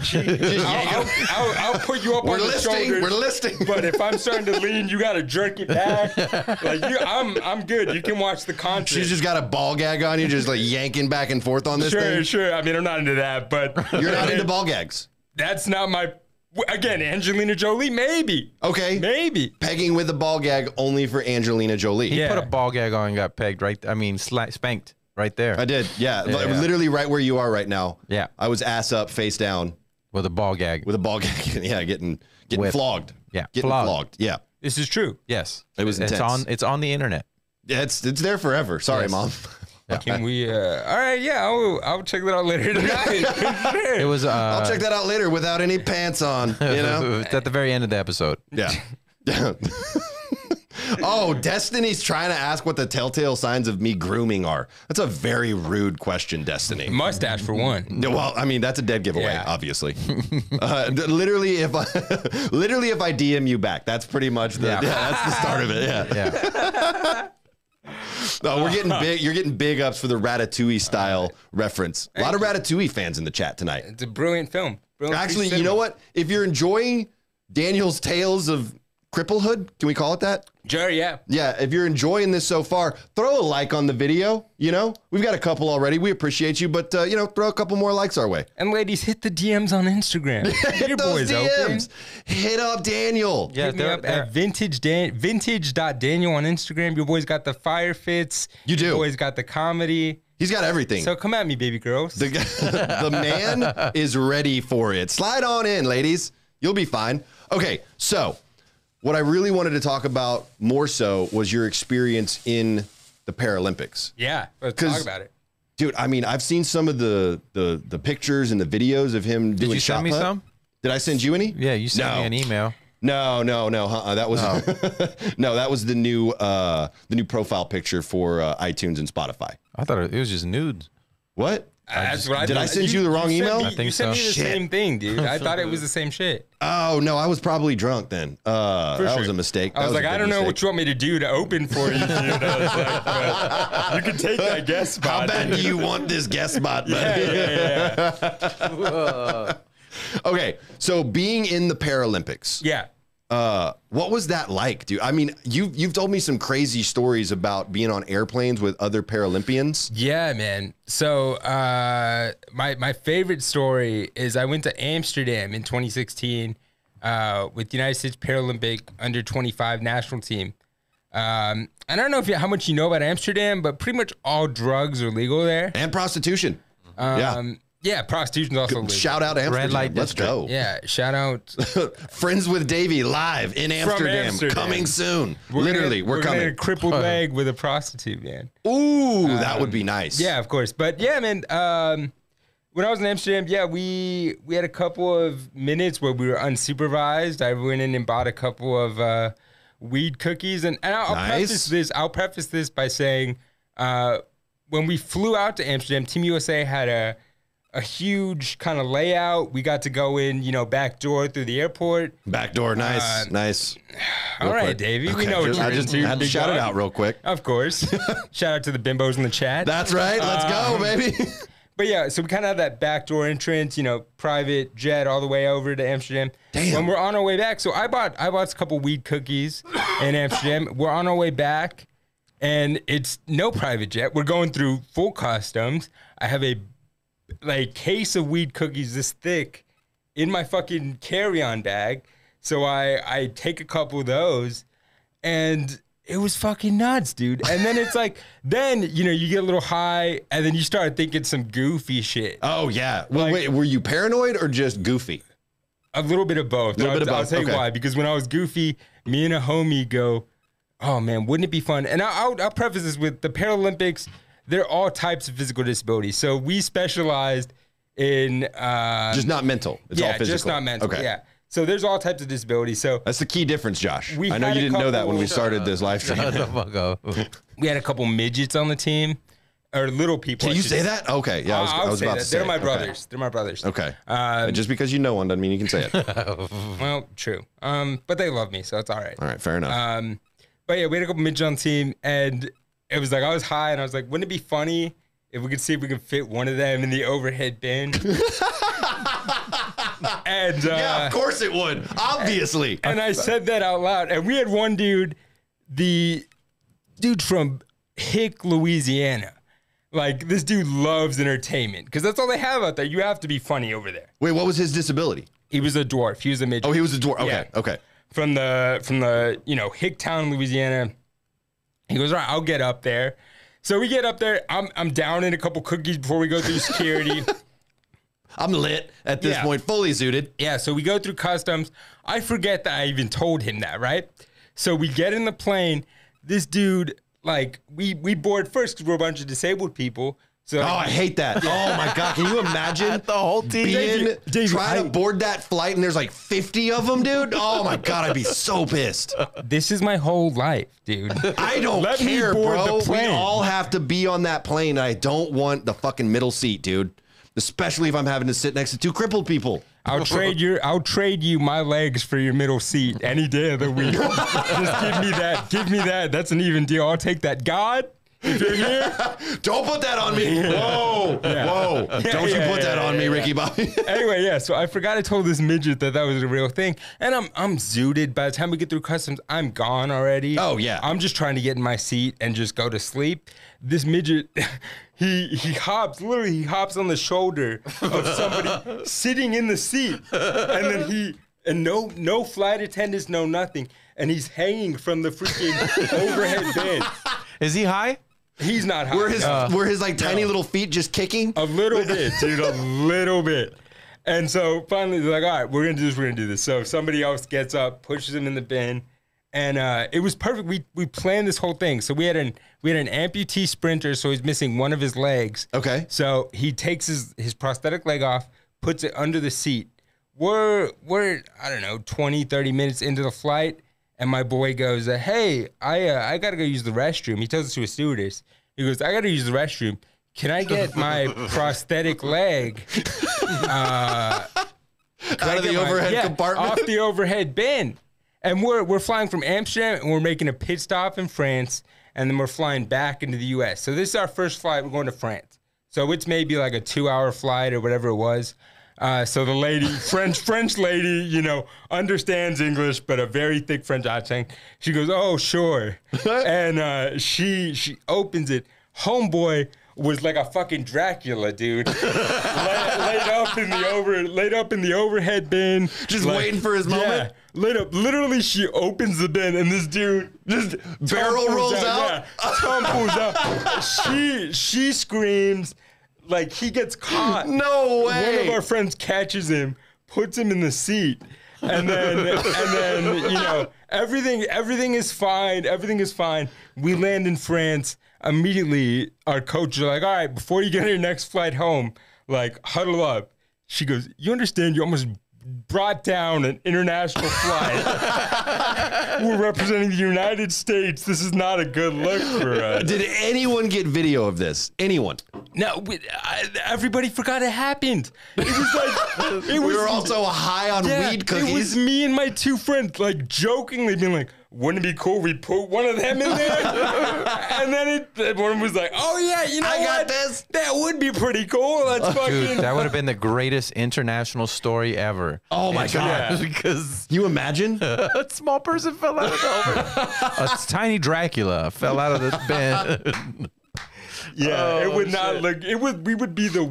[LAUGHS] She, I'll, I'll, I'll, I'll put you up we're on the listing. shoulders. We're listing. but if I'm starting to lean, you gotta jerk [LAUGHS] it back. Like you, I'm, I'm good. You can watch the concert. She's just got a ball gag on you, just like yanking back and forth on this sure, thing. sure. I mean, I'm not into that, but You're [LAUGHS] not into ball gags. That's not my. Again, Angelina Jolie, maybe. Okay. Maybe. Pegging with a ball gag only for Angelina Jolie. He Yeah. put a ball gag on and got pegged right. I mean, sla- spanked right there I did. Yeah. Li- yeah. Literally right where you are right now. Yeah. I was ass up, face down with a ball gag. with a ball [LAUGHS] gag. yeah, getting getting Whipped. flogged. Yeah, Getting flogged. flogged. Yeah. This is true. yes, It was It's intense. on. It's on the internet. Yeah, it's it's there forever. Sorry, Yes. mom. [LAUGHS] Can we? Uh, all right, yeah, I'll, I'll check that out later tonight. [LAUGHS] [LAUGHS] It was. Uh, I'll check that out later without any pants on, [LAUGHS] you know? it's at the very end of the episode. yeah. [LAUGHS] oh, Destiny's trying to ask what the telltale signs of me grooming are. That's a very rude question, Destiny. Mustache for one. No, well, I mean that's a dead giveaway, Yeah. obviously. [LAUGHS] uh, th- literally, if I, [LAUGHS] literally if I DM you back, that's pretty much the yeah. [LAUGHS] Yeah. that's the start of it. Yeah. Yeah. [LAUGHS] No, we're getting big. You're getting big ups for the Ratatouille style reference. A lot of Ratatouille fans in the chat tonight. It's a brilliant film. Brilliant piece Actually, of you cinema. know what? If you're enjoying Daniel's tales of cripplehood. Can we call it that? Sure, yeah. Yeah, if you're enjoying this so far, throw a like on the video. You know, we've got a couple already. We appreciate you, but uh, you know, throw a couple more likes our way. And ladies, hit the DMs on Instagram. [LAUGHS] Your Hit those DMs. Hit up Daniel. Yeah, Hit me they're- up at vintage dan- vintage.daniel on Instagram. Your boy's got the fire fits. You do. Your boy's got the comedy. He's got everything. So come at me, baby girls. The, g- [LAUGHS] the man is ready for it. Slide on in, ladies. You'll be fine. Okay, so what I really wanted to talk about more so was your experience in the Paralympics. yeah. Let's 'Cause- talk about it. Dude, I mean, I've seen some of the the, the pictures and the videos of him doing you send shot me put. some? Did I send you any? Yeah, you sent no. me Oh. an email. No, no, no. Uh-uh. That was [LAUGHS] no, that was the new uh, the new profile picture for uh, iTunes and Spotify. I thought it was just nudes. [LAUGHS] What? That's what I did I thought. send you the wrong sent email? me- I you think sent so. me the Shit. same [LAUGHS] thing, dude. I thought it was the same shit. Oh no, I was probably drunk then. Uh, that sure. was a mistake. I That was like, a I big don't know mistake. what you want me to do to open for [LAUGHS] you. dude. I was like, but you can take that guess spot. How bad dude. do you want this guest spot, buddy? [LAUGHS] okay, so being in the Paralympics, Yeah. uh, what was that like, dude? I mean, you've you've told me some crazy stories about being on airplanes with other Paralympians. Yeah, man. So uh, my my favorite story is I went to Amsterdam in 2016 uh, with the United States Paralympic Under 25 national team. Um, I don't know if you, how much you know about Amsterdam, but pretty much all drugs are legal there. And prostitution. yeah. Um, yeah, prostitution's also legal. Shout out Amsterdam. light Let's district. go. yeah, shout out. Friends with Davey live in Amsterdam, Amsterdam. coming soon. Literally, gonna- we're, gonna coming. get a crippled leg with a prostitute, man. Ooh, Uh, that would be nice. Yeah, of course. But yeah, man. Um, when I was in Amsterdam, yeah, we we had a couple of minutes where we were unsupervised. I went in and bought a couple of uh, weed cookies, and, and I'll, I'll Nice. preface this. I'll preface this by saying, uh, when we flew out to Amsterdam, Team USA had a a huge kind of layout. We got to go in, you know, back door through the airport. Back door, nice, nice. All right, Uh, Davey, we Okay, know just- what I you're just into, had to big shout it dog. out real quick. Of course. [LAUGHS] Shout out to the bimbos in the chat. That's right. Let's um, go, [LAUGHS] baby. But yeah, so we kind of had that backdoor entrance, you know, private jet all the way over to Amsterdam. Damn. When we're on our way back, so I bought I bought a couple weed cookies in Amsterdam. We're on our way back, and it's no private jet. We're going through full customs. I have a like case of weed cookies this thick in my fucking carry-on bag. So I I take a couple of those and it was fucking nuts, dude. And then [LAUGHS] it's like then, you know, you get a little high and then you start thinking some goofy shit. Oh yeah. Well, Like- wait. Were you paranoid or just goofy? A little bit of both. Little I'll, bit of I'll both, tell okay. you why. Because when I was goofy, me and a homie go, "Oh man, wouldn't it be fun?" And I, I'll, I'll preface this with the Paralympics. They're all types of physical disabilities. So we specialized in uh, Just not mental. It's all yeah, physical. just not mental. Okay. Yeah. So there's all types of disabilities. So That's the key difference, Josh. We I know had you a didn't know that when we couple- uh, started this live stream. [LAUGHS] Shut the fuck oh. [LAUGHS] up. we had a couple midgets on the team, or little people. Did I you should say that? Okay. Yeah. I was, I'll I was say about that. to say. They're my Um, it. Okay. brothers. They're my brothers. Okay. just because you know one doesn't mean you can [LAUGHS] say it. All Well, true. Um, but they love me, so it's all right. right. Fair enough. Um, but yeah, we had a couple midget on the team, and it was like I was high, and I was like, wouldn't it be funny if we could see if we could fit one of them in the [LAUGHS] overhead bin? and uh, yeah. Of course it would. Obviously. and I said that out loud. And we had one dude, the dude from Hick, Louisiana. Like this dude loves entertainment because that's all they have out there. You have to be funny over there. Wait. What was his disability? He was a dwarf. He was a midget Oh, he was a dwarf. Okay. Yeah. Okay. from the from the you know Hicktown, Louisiana. He goes, all right, I'll get up there. So we get up there. I'm I'm down in a couple cookies before we go through security. I'm lit at this Yeah. point. Fully zooted. Yeah, so we go through customs. I forget that I even told him that, right? So we get in the plane. This dude, like, we we board first because we're a bunch of disabled people. So Oh, I hate [LAUGHS] that. Oh my god, can you imagine The whole team. being Dave, Dave, trying to I- board that flight and there's like 50 of them, dude? Oh my god, I'd be so pissed. this is my whole life, dude. [LAUGHS] I don't Let me care, board the bro. We plane. all have to be on that plane, and I don't want the fucking middle seat, dude. Especially if I'm having to sit next to two crippled people. I'll trade your I'll trade you my legs for your middle seat [LAUGHS] any day of the week. Just give me that. Give me that. That's an even deal. I'll take that. God, Don't put that on me. Whoa, whoa. Don't you [LAUGHS] yeah, put that yeah, on me, Ricky Bobby. [LAUGHS] anyway, yeah. So I forgot I told this midget that that was a real thing, and I'm I'm zooted. By the time we get through customs, I'm gone already. Oh, yeah. I'm just trying to get in my seat and just go to sleep. This midget, [LAUGHS] he he hops literally he hops on the shoulder [LAUGHS] of somebody sitting in the seat, and then he and no no flight attendants, no nothing, and he's hanging from [LAUGHS] the freaking overhead bin. Is he high? He's not high. were his enough. were his like tiny little feet just kicking? [LAUGHS] A little bit, dude. A little bit. And so finally, they're like, all right, we're gonna do this. We're gonna do this. So somebody else gets up, pushes him in the bin, and uh, it was perfect. We we planned this whole thing. So we had an we had an amputee sprinter, so he's missing one of his legs. Okay. So he takes his his prosthetic leg off, puts it under the seat. We're we're I don't know 20, 30 minutes into the flight, and my boy goes, uh, "Hey, I uh, I gotta go use the restroom." He tells us to a stewardess. He goes, "I gotta use the restroom. Can I [LAUGHS] get my prosthetic leg?" uh, Out of the Come on. overhead Yeah, compartment. Off the overhead bin. And we're we're flying from Amsterdam and we're making a pit stop in France and then we're flying back into the US. So this is our first flight. We're going to France. So it's maybe like a two hour flight or whatever it was. Uh, so the lady, French French lady, you know, understands English, but a very thick French accent. She goes, "Oh, sure," and uh, she she opens it. Homeboy was like a fucking Dracula, dude, laid, laid up in the over laid up in the overhead bin, Just waiting for his moment? Yeah, laid up. Literally, she opens the bin, and this dude just Barrel Tom pulls rolls out? Yeah, Tom pulls [LAUGHS] out. She she screams, like he gets caught. no way. One of our friends catches him, puts him in the seat, and then and then you know everything everything is fine. Everything is fine. We land in France immediately. Our coach is like, "All right, before you get on your next flight home, like huddle up." She goes, "You understand? You almost." Brought down an international flight. [LAUGHS] We're representing the United States. This is not a good look for us. Did anyone get video of this? Anyone? No, we, I, everybody forgot it happened. It [LAUGHS] was like it We was were also high on yeah, weed It was cookies. me and my two friends, like jokingly being like, "Wouldn't it be cool? We put one of them in [LAUGHS] there." and then it, and one was like, "Oh yeah, you know I got what? this." Oh, That would be pretty cool. Let's fucking." Dude, that would have been the greatest international story ever. Oh my god. [LAUGHS] Because You [LAUGHS] imagine? a small person fell out of the over. [LAUGHS] a tiny Dracula fell out of the [LAUGHS] bin. yeah, Oh, it would not look. It would. We would be the.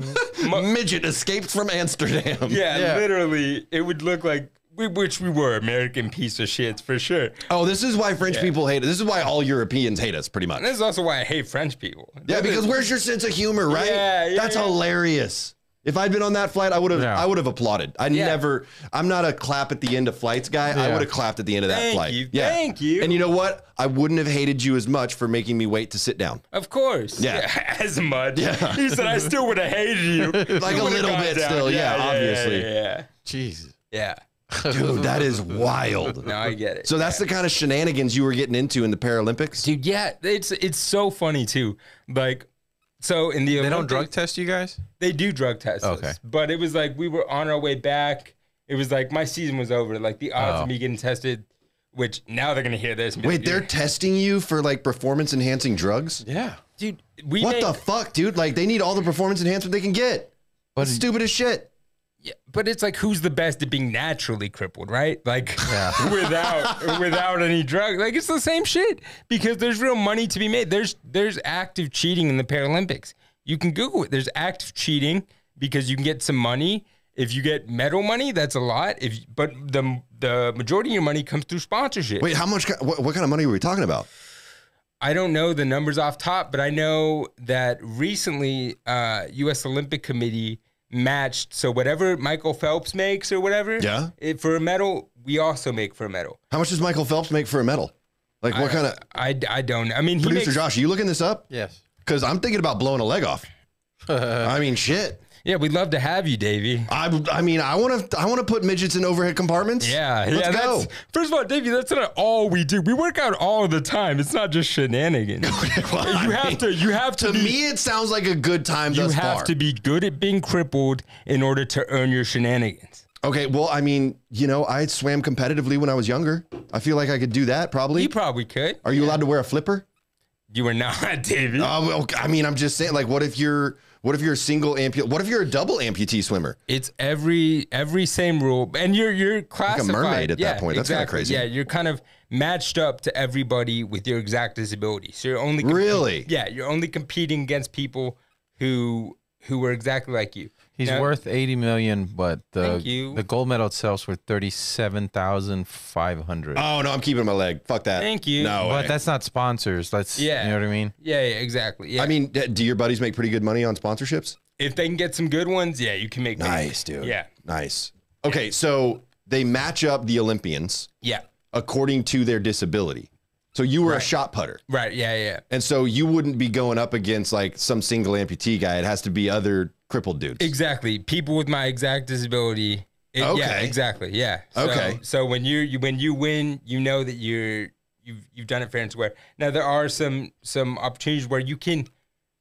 [LAUGHS] mo- Midget escaped from Amsterdam. yeah, Yeah. literally, it would look like. We, which we were American piece of shits for sure. Oh, this is why French people hate us. This is why all Europeans hate us, pretty much. And this is also why I hate French people. Yeah, because where's your sense of humor, right? Yeah, yeah, That's yeah. hilarious. If I'd been on that flight, I would have Yeah. I would have applauded. I never I'm not a clap at the end of flights guy. I Yeah. would have clapped at the end of that Thank flight. you, thank you. And you know what? I wouldn't have hated you as much for making me wait to sit [LAUGHS] down. Of course. Yeah. [LAUGHS] As much. He said, I still would have [LAUGHS] hated you. Like a Would've little gone bit down. still, yeah, obviously. Yeah, yeah. Jeez. yeah. Dude, that is wild. [LAUGHS] No, I get it. So that's the kind of shenanigans you were getting into in the Paralympics? dude, yeah, it's it's so funny too. Like, so in the They don't drug Olympics- test you guys? They do drug test us. Okay. But it was like we were on our way back. It was like my season was over. Like the odds Oh. of me getting tested, which now they're gonna hear this. and be Wait, like, they're testing you for like performance enhancing drugs? Yeah. dude. We What make- the fuck, dude? Like they need all the performance enhancement they can get. But Stupid as shit. Yeah, but it's like who's the best at being naturally crippled, right? Like [LAUGHS] without without any drug. Like it's the same shit because there's real money to be made. There's there's active cheating in the Paralympics. You can Google it. There's active cheating because you can get some money. If you get medal money, that's a lot. If but the the majority of your money comes through sponsorship. Wait, how much? ki- What, what kind of money were we talking about? I don't know the numbers off top, but I know that recently uh, U.S. Olympic Committee matched. So whatever Michael Phelps makes or whatever, Yeah. it, for a medal, we also make for a medal. How much does Michael Phelps make for a medal? Like, what kind of I, I don't. I mean, he producer makes, Josh? Are you looking this up? Yes. Because I'm thinking about blowing a leg [LAUGHS] off. I mean, shit. yeah, we'd love to have you, Davey. I I mean, I want to I want to put midgets in overhead compartments. Yeah, let's yeah. go. That's, first of all, Davey, that's not all we do. We work out all the time. It's not just [LAUGHS] shenanigans. Well, I [LAUGHS] you have mean, to. You have to. To be, me, it sounds like a good time you thus have far. to be good at being crippled in order to earn your shenanigans. okay, well, I mean, you know, I swam competitively when I was younger. I feel like I could do that probably. You probably could. Are you allowed to wear a flipper? You are not, [LAUGHS] David. Um, well, I mean, I'm just saying, like, what if you're, what if you're a single amputee? What if you're a double amputee swimmer? It's every every same rule, and you're you're a classified mermaid at that point. That's kinda crazy. Yeah, you're kind of matched up to everybody with your exact disability. So you're only compe- Really? yeah, you're only competing against people who who were exactly like you. He's Now- worth eighty million, but the Thank you. the gold medal itself's worth thirty seven thousand five hundred. Oh no, I'm keeping my leg. Fuck that. Thank you. No, but way. that's not sponsors. That's Yeah. you know what I mean. Yeah, yeah, exactly. Yeah, I mean, d- do your buddies make pretty good money on sponsorships? if they can get some good ones, yeah, you can make big- Nice, dude. Yeah, Nice. Okay, so they match up the Olympians yeah, according to their disability. So you were a shot putter. right, yeah, yeah. And so you wouldn't be going up against like some single amputee guy. It has to be other crippled dudes. Exactly. People with my exact disability. It- Yeah, Okay. exactly. Yeah. So, Okay. So when you, you when you win, you know that you're you've you've done it fair and square. Now there are some some opportunities where you can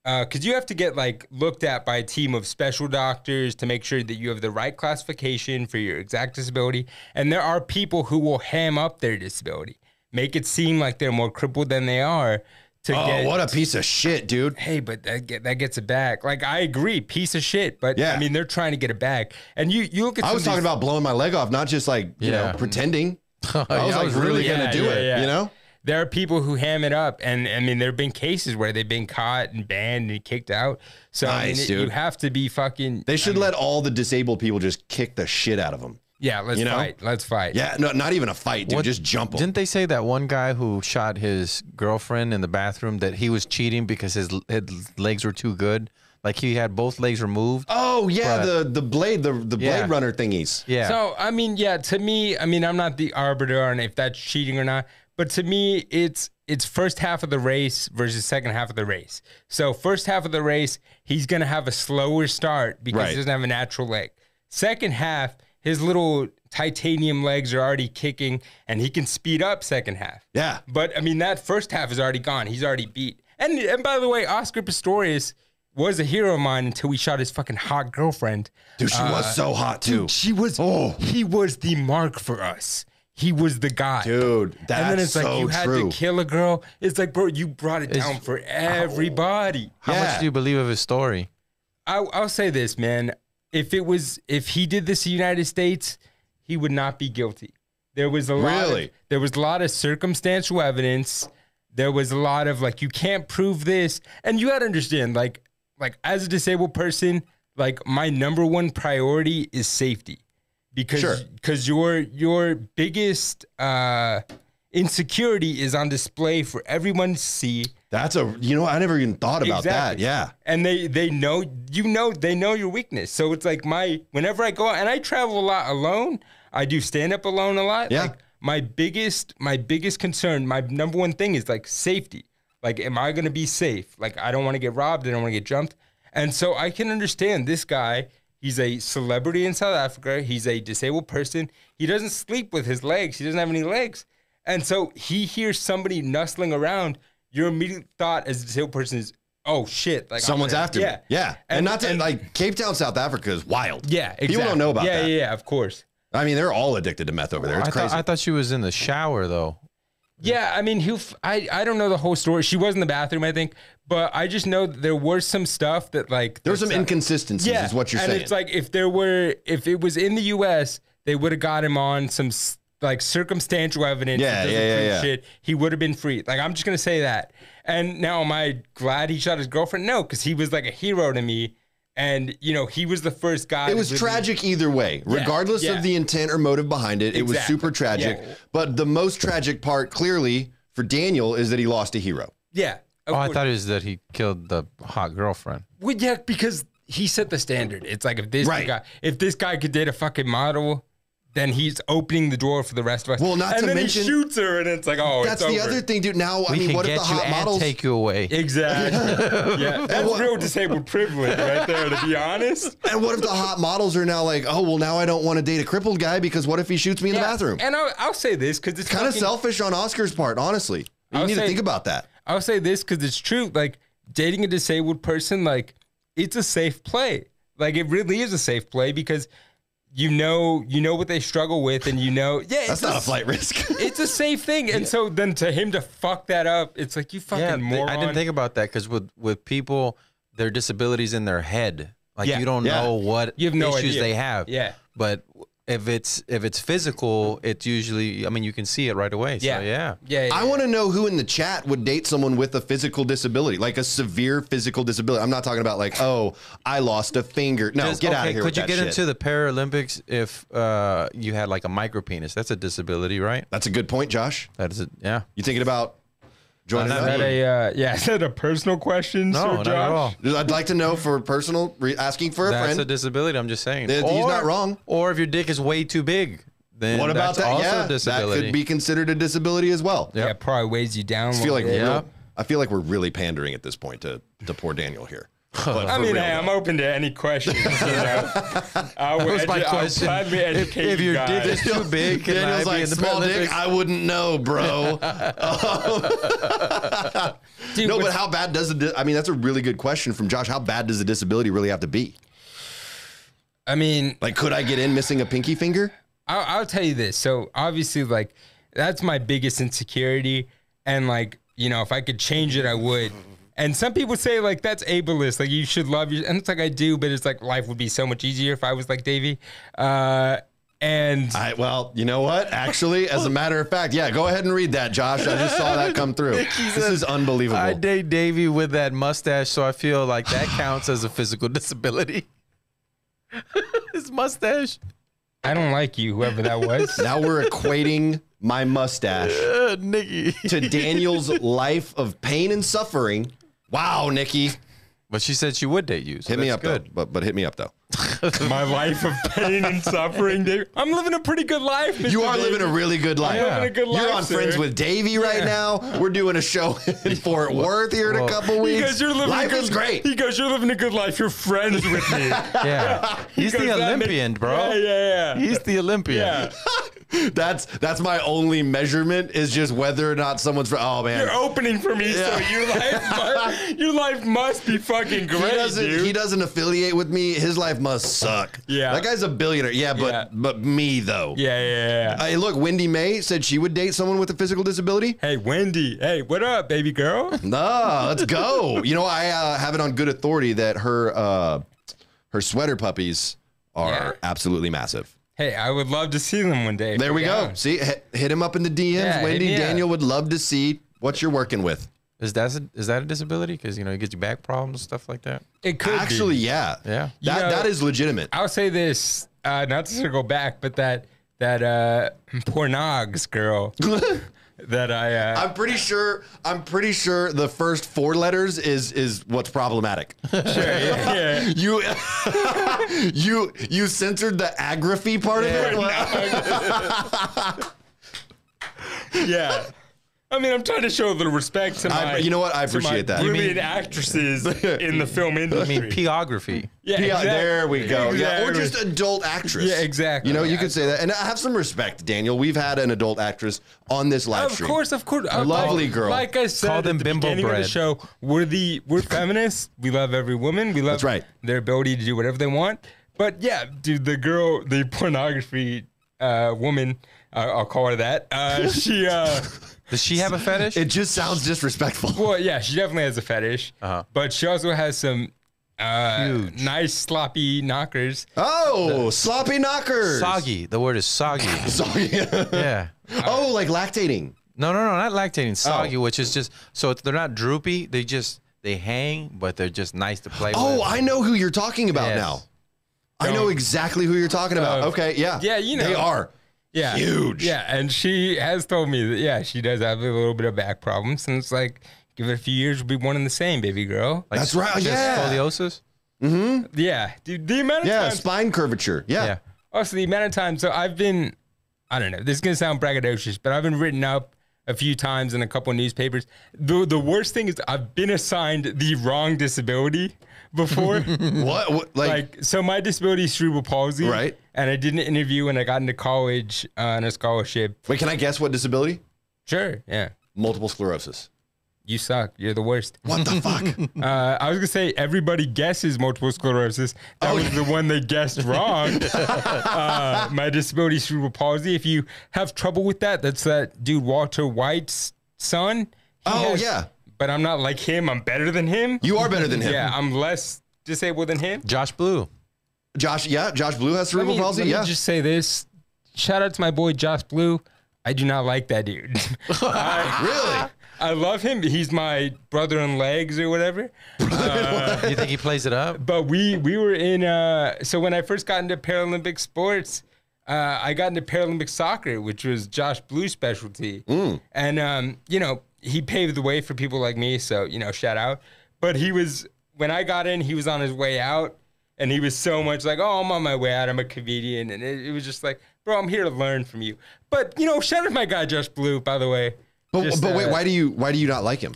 because you have to get like looked at by a team of special doctors to make sure that you have the right classification for your exact disability. And there are people who will ham up their disability, make it seem like they're more crippled than they are to Oh, get what a piece of shit, dude. hey, but that get, that gets it back. Like I agree, piece of shit. But Yeah. I mean, they're trying to get it back. And you you look at I some was of talking these- about blowing my leg off, not just like, you Yeah. know, [LAUGHS] pretending. I was Yeah, like really, really- gonna Yeah, do yeah, it, yeah. you know? there are people who ham it up, and I mean, there have been cases where they've been caught and banned and kicked out. So I mean, Nice, it- dude. you have to be fucking They should let all the disabled people just kick the shit out of them. yeah. Let's you know? fight. Let's fight. Yeah, no, not even a fight, dude. Just jump them. Didn't they say that one guy who shot his girlfriend in the bathroom that he was cheating because his, his legs were too good? Like he had both legs removed. Oh yeah, But- the the blade, the the blade Yeah. runner thingies. Yeah. So I mean, yeah. To me, I mean, I'm not the arbiter on if that's cheating or not. But to me, it's it's first half of the race versus second half of the race. So first half of the race, he's gonna have a slower start because Right. he doesn't have a natural leg. Second half, his little titanium legs are already kicking, and he can speed up second half. Yeah. But I mean, that first half is already gone. He's already beat. And and by the way, Oscar Pistorius was a hero of mine until we shot his fucking hot girlfriend. Dude, she Uh, was so hot too. She was. Oh. He was the mark for us. He was the guy. Dude, that's and then it's so like you had true. to kill a girl. It's like, bro, you brought it It's- down for everybody. How Yeah. much do you believe of his story? I, I'll say this, man. If it was, if he did this in the United States, he would not be guilty. There was a lot. of- Really? there was a lot of circumstantial evidence. There was a lot of like, you can't prove this, and you got to understand, like, like as a disabled person, like my number one priority is safety, because Sure. because your your biggest uh, insecurity is on display for everyone to see that's a you know I never even thought about Exactly. that. Yeah. and they they know you know they know your weakness so it's like my whenever i go out and i travel a lot alone i do stand up alone a lot Yeah. like my biggest my biggest concern my number one thing is like safety like am i going to be safe like i don't want to get robbed i don't want to get jumped and so i can understand this guy he's a celebrity in south africa he's a disabled person he doesn't sleep with his legs he doesn't have any legs and so he hears somebody nestling around your immediate thought as a disabled person is oh shit like I'm Someone's gonna- after yeah. me. Yeah. And, And- not to and- like Cape Town, South Africa is wild. Yeah, exactly. People don't know about yeah, that. Yeah, yeah, of course. I mean, they're all addicted to meth over there. It's I, crazy. Thought, I thought she was in the shower though. Yeah, I mean, who? f- I I don't know the whole story. She was in the bathroom, I think, but I just know that there were some stuff that like There's some that's not- inconsistencies, is what you're uh, and saying. it's like if there were, if it was in the U.S., they would have got him on some s- like circumstantial evidence. Yeah, that doesn't yeah, yeah, prove yeah. Shit, he would have been free. Like I'm just gonna say that. And now, am I glad he shot his girlfriend? No, because he was like a hero to me, and you know, he was the first guy. it to was really- tragic either way, regardless yeah. of the intent or motive behind it. It was Exactly. super tragic. Yeah. But the most tragic part, clearly, for Daniel is that he lost a hero. Yeah. Oh, of I course. thought it was that he killed the hot girlfriend. Well, yeah, because he set the standard. It's like if this Right. guy, if this guy could date a fucking model, then he's opening the door for the rest of us. Well, not and to then mention- he shoots her, and it's like, oh, That's it's the over. other thing, dude. Now, I We mean, can what if get the you hot and models take you away. [LAUGHS] Exactly. yeah, that's what- real disabled privilege right there. To be honest, [LAUGHS] And what if the hot models are now like, oh, well, now I don't want to date a crippled guy because what if he shoots me in [LAUGHS] the bathroom? And I'll, I'll say this because it's Kind of fucking- selfish on Oscar's part, honestly. You I'll need to say- think about that. I'll say this because it's true. Like dating a disabled person, like it's a safe play. Like it really is a safe play because you know you know what they struggle with, and you know yeah, That's it's not a s- flight [LAUGHS] risk. It's a safe thing, and so then to him to fuck that up, it's like you fucking yeah, th- moron. I didn't think about that because with with people, their disabilities in their head, like Yeah. you don't Yeah. know what You have no issues idea. they have. Yeah. but if it's if it's physical, it's usually I mean you can see it right away. So, yeah, yeah, yeah, yeah. yeah, I want to know who in the chat would date someone with a physical disability, like a severe physical disability. I'm not talking about like, oh, I lost a finger. No, Does- get out okay, of here. Could with you that get shit. into the Paralympics if uh, you had like a micro penis? That's a disability, right? That's a good point, Josh. That is it. Yeah. You thinking about joining Not up? Is that a uh, yeah? [LAUGHS] Is that a personal question, No, Sir not Josh? at all. I'd like to know for personal re- asking for a That's a friend. disability. I'm just saying. Th- he's not wrong. Or if your dick is way too big, then what about that's that? Also yeah, a disability. that could be considered a disability as well. Yeah, it probably weighs you down. I feel like Yeah. real- I feel like we're really pandering at this point to to poor Daniel [LAUGHS] here. But I for mean, real, hey, though. I'm open to any questions. You [LAUGHS] know? I will That was my edu- I'll question. gladly If, educate if you your guys. dick is too big, can I Daniel's be like in the small dick. Paralympics?" I wouldn't know, [LAUGHS] bro. Dude, no, but what's- how bad does it? I mean, that's a really good question from Josh. How bad does a disability really have to be? I mean, Like, could I get in missing a pinky finger? I'll, I'll tell you this. So obviously, like that's my biggest insecurity, and like you know, if I could change it, I would. And some people say like that's ableist, like you should love your, and it's like I do, but it's like life would be so much easier if I was like Davey. Uh, and I, well, you know what? Actually, as a matter of fact, yeah. Go ahead and read that, Josh. I just saw that come [LAUGHS] through. This is unbelievable. I date Davey with that mustache, so I feel like that counts as a physical [LAUGHS] disability. His mustache. I don't like you, whoever that was. now we're equating my mustache Uh, Nikki. [LAUGHS] to Daniel's life of pain and suffering. Wow, Nikki, But she said she would date you. So hit me up [LAUGHS] good. though. But but hit me up though. [LAUGHS] my life of pain and suffering, Davey. I'm living a pretty good life. Mr. You are Davey. living a really good life. I'm living a good You're life, on sir. Friends with Davey right now. We're doing a show [LAUGHS] in Fort Worth here in a Whoa. couple He weeks. goes, you're living a life good, is great. He goes, you're living a good life. You're friends with [LAUGHS] me. yeah, Yeah. He's goes, the "That makes- Olympian, yeah, bro. yeah. He's the Olympian. yeah. That's that's my only measurement is just whether or not someone's. fr- Oh man, You're opening for me, so your life, [LAUGHS] must, your life must be fucking he great, doesn't dude. he doesn't affiliate with me. His life must suck. Yeah. that guy's a billionaire. Yeah, but Yeah. but me though. Uh, yeah, yeah, yeah. Hey, look, Wendy May said she would date someone with a physical disability. Hey, Wendy. Hey, what up, baby girl? Nah, let's [LAUGHS] go. You know, I uh, have it on good authority that her uh, her sweater puppies are Yeah. absolutely massive. hey, I would love to see them one day. There we go. Yeah. See, hit, hit him up in the DMs. Yeah, hit Wendy me up. Daniel would love to see what you're working with. Is that a, is that a disability? Because you know it gives you back problems, stuff like that. It could Actually, actually. yeah, Yeah. that You know- that is legitimate. [LAUGHS] I'll say this, uh, not to circle back, but that that uh, [LAUGHS] Pornogs girl that I uh, [LAUGHS] I'm pretty sure. I'm pretty sure the first four letters is is what's [LAUGHS] problematic. yeah, yeah. you [LAUGHS] you you censored the agraphy part [LAUGHS] of it. [LAUGHS] yeah. I mean, I'm trying to show a little respect to I- my. you know what? I to my appreciate that. You [LAUGHS] Brilliant actresses in the film industry. I mean, peography. yeah, Yeah, exact- there we go. Yeah, or exactly. just adult actress. Yeah, exactly. You know, you Yeah. could say that, and I have some respect, Daniel. We've had an adult actress on this live Of stream. course, of course. Uh, lovely like, girl. Like I said, Call at them the bimbo beginning of bread. the show. We're the [LAUGHS] we're feminists. We love every woman. We love That's right. their ability to do whatever they want. But yeah, dude, the girl, the pornography uh, woman, uh, I'll call her that. [LAUGHS] Uh, she. Uh, Does she have a fetish? It just sounds [LAUGHS] disrespectful. Well, yeah, she definitely has a fetish, Uh-huh. but she also has some uh, Huge. nice sloppy knockers. Oh, sloppy knockers. soggy. The word is soggy. Soggy. [LAUGHS] [LAUGHS] yeah. oh, like lactating. No, no, no, not lactating. Soggy, which is just so it's, they're not droopy. They just they hang, but they're just nice to play with. Oh, I know who you're talking about Yes. now. I know Don't- exactly who you're talking about. Uh, okay, yeah. yeah, you know. They are. Yeah, Huge. Yeah, and she has told me that yeah, she does have a little bit of back problems, and it's like give it a few years, we'll be one and the same, baby girl. Like, Like That's right, just yeah. Scoliosis. yeah, dude, the amount of Yeah, times, spine curvature. Yeah. Yeah. also the amount of times. So I've been, I don't know, this is gonna sound braggadocious, but I've been written up. A few times in a couple newspapers. The the worst thing is I've been assigned the wrong disability [LAUGHS] before. What, what like, like so my disability is cerebral palsy Right. and i did an interview and i got into college uh, on a scholarship wait, can I guess what disability? sure yeah Multiple sclerosis. you suck. You're the worst. What the [LAUGHS] fuck? Uh, I was gonna say everybody guesses multiple sclerosis. Oh, That was the one they guessed wrong. [LAUGHS] uh, my disability is cerebral palsy. If you have trouble with that, that's that dude Walter White's son. He Oh, yeah. But I'm not like him. I'm better than him. You are better than him. yeah, I'm less disabled than him. Josh Blue. Josh, yeah, Josh Blue has cerebral Let me- palsy. let me Yeah. just say this. Shout out to my boy Josh Blue. I do not like that dude. [LAUGHS] I, really? I love him. He's my brother in legs or whatever. You think he plays it up? But we we were in. Uh, so when I first got into Paralympic sports, uh, I got into Paralympic soccer, which was Josh Blue's specialty. Mm. And um, you know he paved the way for people like me. So you know shout out. But he was when I got in, he was on his way out, and he was so much like, "Oh, I'm on my way out. I'm a comedian," and it, it was just like, "Bro, I'm here to learn from you." But you know, shout out to my guy Josh Blue, by the way. But, Just, but wait, uh, why do you why do you not like him?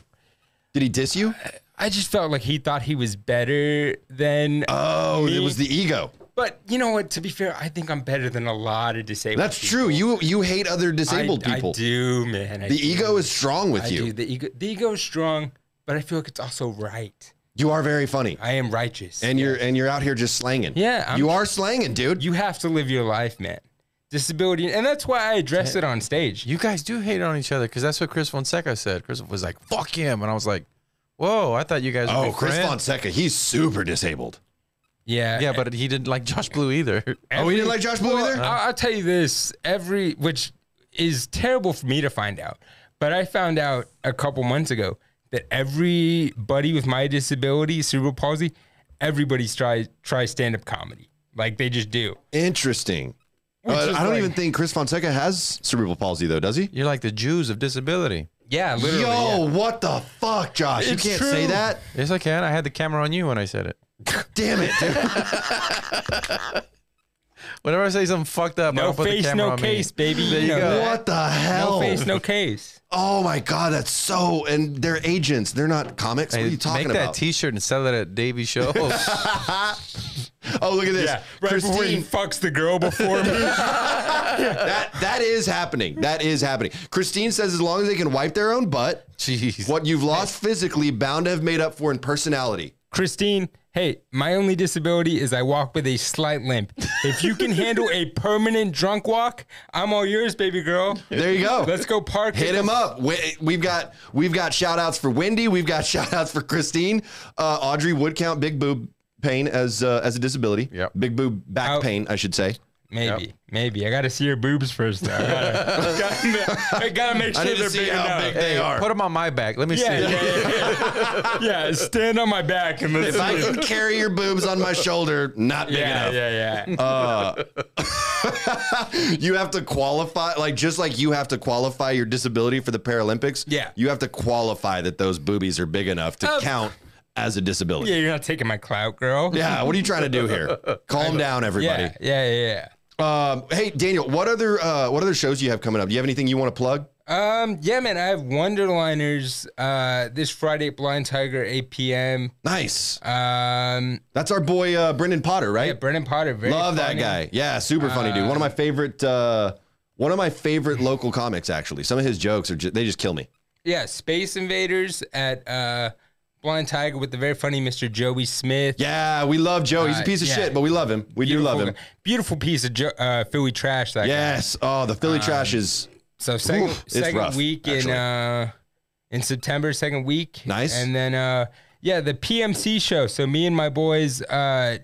Did he diss you? I just felt like he thought he was better than Oh, it Uh, Me? was the ego. But you know what? To be fair, I think I'm better than a lot of disabled. That's people. true. You you hate other disabled I, I people. do, man. I the do. ego is strong with I you. do. The ego. The ego is strong, but I feel like it's also right. You are very funny. I am righteous. And you're and you're out here just slanging. Yeah, I'm- you are slanging, dude. you have to live your life, man. Disability, and that's why I address it on [LAUGHS] stage. You guys do hate on each other because that's what Chris Fonseca said. Chris was like, "Fuck him," and I was like, "Whoa!" I thought you guys. Were oh, good Chris friends. Fonseca, he's super disabled. Yeah. Yeah, but he didn't like Josh Blue either. [LAUGHS] Oh, he didn't like Josh Blue either? I- I'll tell you this: every which is terrible for me to find out, but I found out a couple months ago that everybody with my disability, cerebral palsy, everybody try try stand up comedy. Like they just do. Interesting. Which But is I don't like- even think Chris Fonseca has cerebral palsy though, does he? You're like the Jews of disability. Yeah, literally. yeah. Yo, what the fuck, Josh? It's you can't true. say that. Yes, I can. I had the camera on you when I said it. Damn it, [LAUGHS] dude. Whenever I say something fucked up, I No don't put the face, camera no on case, me. baby. There you know go. that. what the hell? No face, no case. Oh my god, that's so. And they're agents. They're not comics. what are Hey, you talking make that about? T-shirt and sell it at Davey [LAUGHS] Show. oh, look at this. Yeah, right before he Christine, fucks the [LAUGHS] girl before me. that that is happening. That is happening. Christine says as long as they can wipe their own butt, Jeez. what you've lost physically, bound to have made up for in personality. Christine, hey, my only disability is I walk with a slight limp. If you can handle a permanent drunk walk, I'm all yours, baby girl. There you go. Let's go park. Hit him up. We- We've got we've got shout outs for Wendy. We've got [LAUGHS] shout outs for Christine. Uh, Audrey would count big boob pain as uh, as a disability. Yep. Big boob back Out. pain, I should say. Maybe, maybe. I gotta see your boobs first. Though. I, gotta, gotta- I gotta make I sure need to they're see big how enough. big Hey, they are. put him on my back. Let me yeah, see. yeah, yeah, yeah. Yeah, stand on my back and let's. if I [LAUGHS] can carry your boobs on my shoulder, not big yeah, enough. Uh, yeah, yeah. You have to qualify, like just like you have to qualify your disability for the Paralympics. Yeah. you have to qualify that those boobies are big enough to Of- count as a disability. yeah, Yeah. you're not taking my clout, girl. what are you trying to do [LAUGHS] here? Calm down, everybody. yeah, yeah, yeah. Um, hey, Daniel, what other uh, what other shows do you have coming up? Do you have anything you want to plug? Um, yeah, man. I have Wonderliners uh, this Friday at Blind Tiger, 8 p.m. Nice. Um, That's our boy uh, Brendan Potter, yeah, right? Brendan Potter. Very Love that funny. guy. Yeah, super funny dude. One of my favorite. Uh, one of my favorite local comics, actually. Some of his jokes are ju- they just kill me. Yeah, Space Invaders at uh, Blind Tiger with the very funny Mr. Joey Smith. Yeah, we love Joe. He's a Uh, piece of yeah. shit, but we love him. We do love him. Beautiful- Beautiful piece of jo- uh, Philly trash. That guy. Uh, Yes. Oh, the Philly trash is So second, Oof, it's second rough, week actually. in uh, in September, second week. Nice. And then uh, yeah, the PMC show. So me and my boys, uh,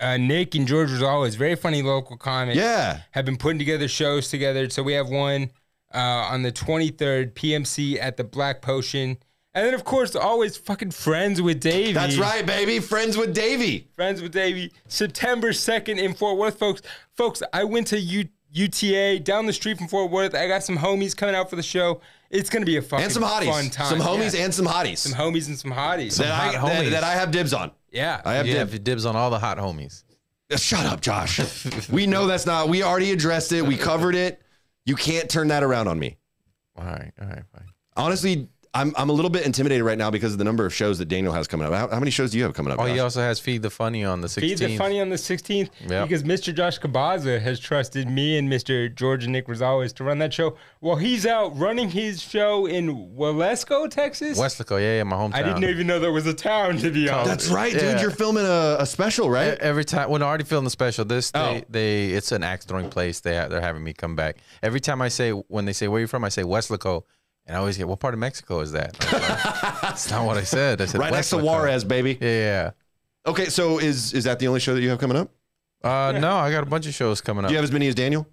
uh, Nick and George Rosales, very funny local comics. yeah. have been putting together shows together. So we have one uh, on the 23rd, PMC at the Black Potion. And then, of course, always fucking Friends with Davey. That's right, baby. Friends with Davey. Friends with Davey. September 2nd in Fort Worth, folks. Folks, I went to U- UTA down the street from Fort Worth. I got some homies coming out for the show. It's going to be a fucking And some fun hotties. time. Some homies Yeah. and some hotties. some homies and some hotties. that, I, hot that- homies. that I have dibs on. yeah. I have You dibs. have dibs on all the hot homies. Shut up, [LAUGHS] Josh. we know that's not. We already addressed it. We covered it. You can't turn that around on me. All right, all right, fine. Honestly, I'm, I'm a little bit intimidated right now because of the number of shows that Daniel has coming up. How, how many shows do you have coming up? Oh, he Josh? also has Feed the Funny on the 16th. Feed the funny on the 16th Yep. because Mr. Josh Cabaza has trusted me and Mr. George and Nick Rosales to run that show while he's out running his show in Wellesco, Texas. Westlaco, yeah, yeah, my hometown. I didn't even know there was a town to be honest. That's right, dude. Yeah. You're filming a, a special, E- right? Every time when I already filmed the special, this they, Oh. they it's an axe throwing place. They ha- they're having me come back. Every time I say when they say where you from, I say Westlaco, and I always get what part of Mexico is that? I was like, [LAUGHS] That's not what I said. I said right next to Westlaco." Juarez, baby. Yeah, yeah. Okay, so is is that the only show that you have coming up? yeah. Uh, no, I got a bunch of shows coming Do up. you have as many as Daniel?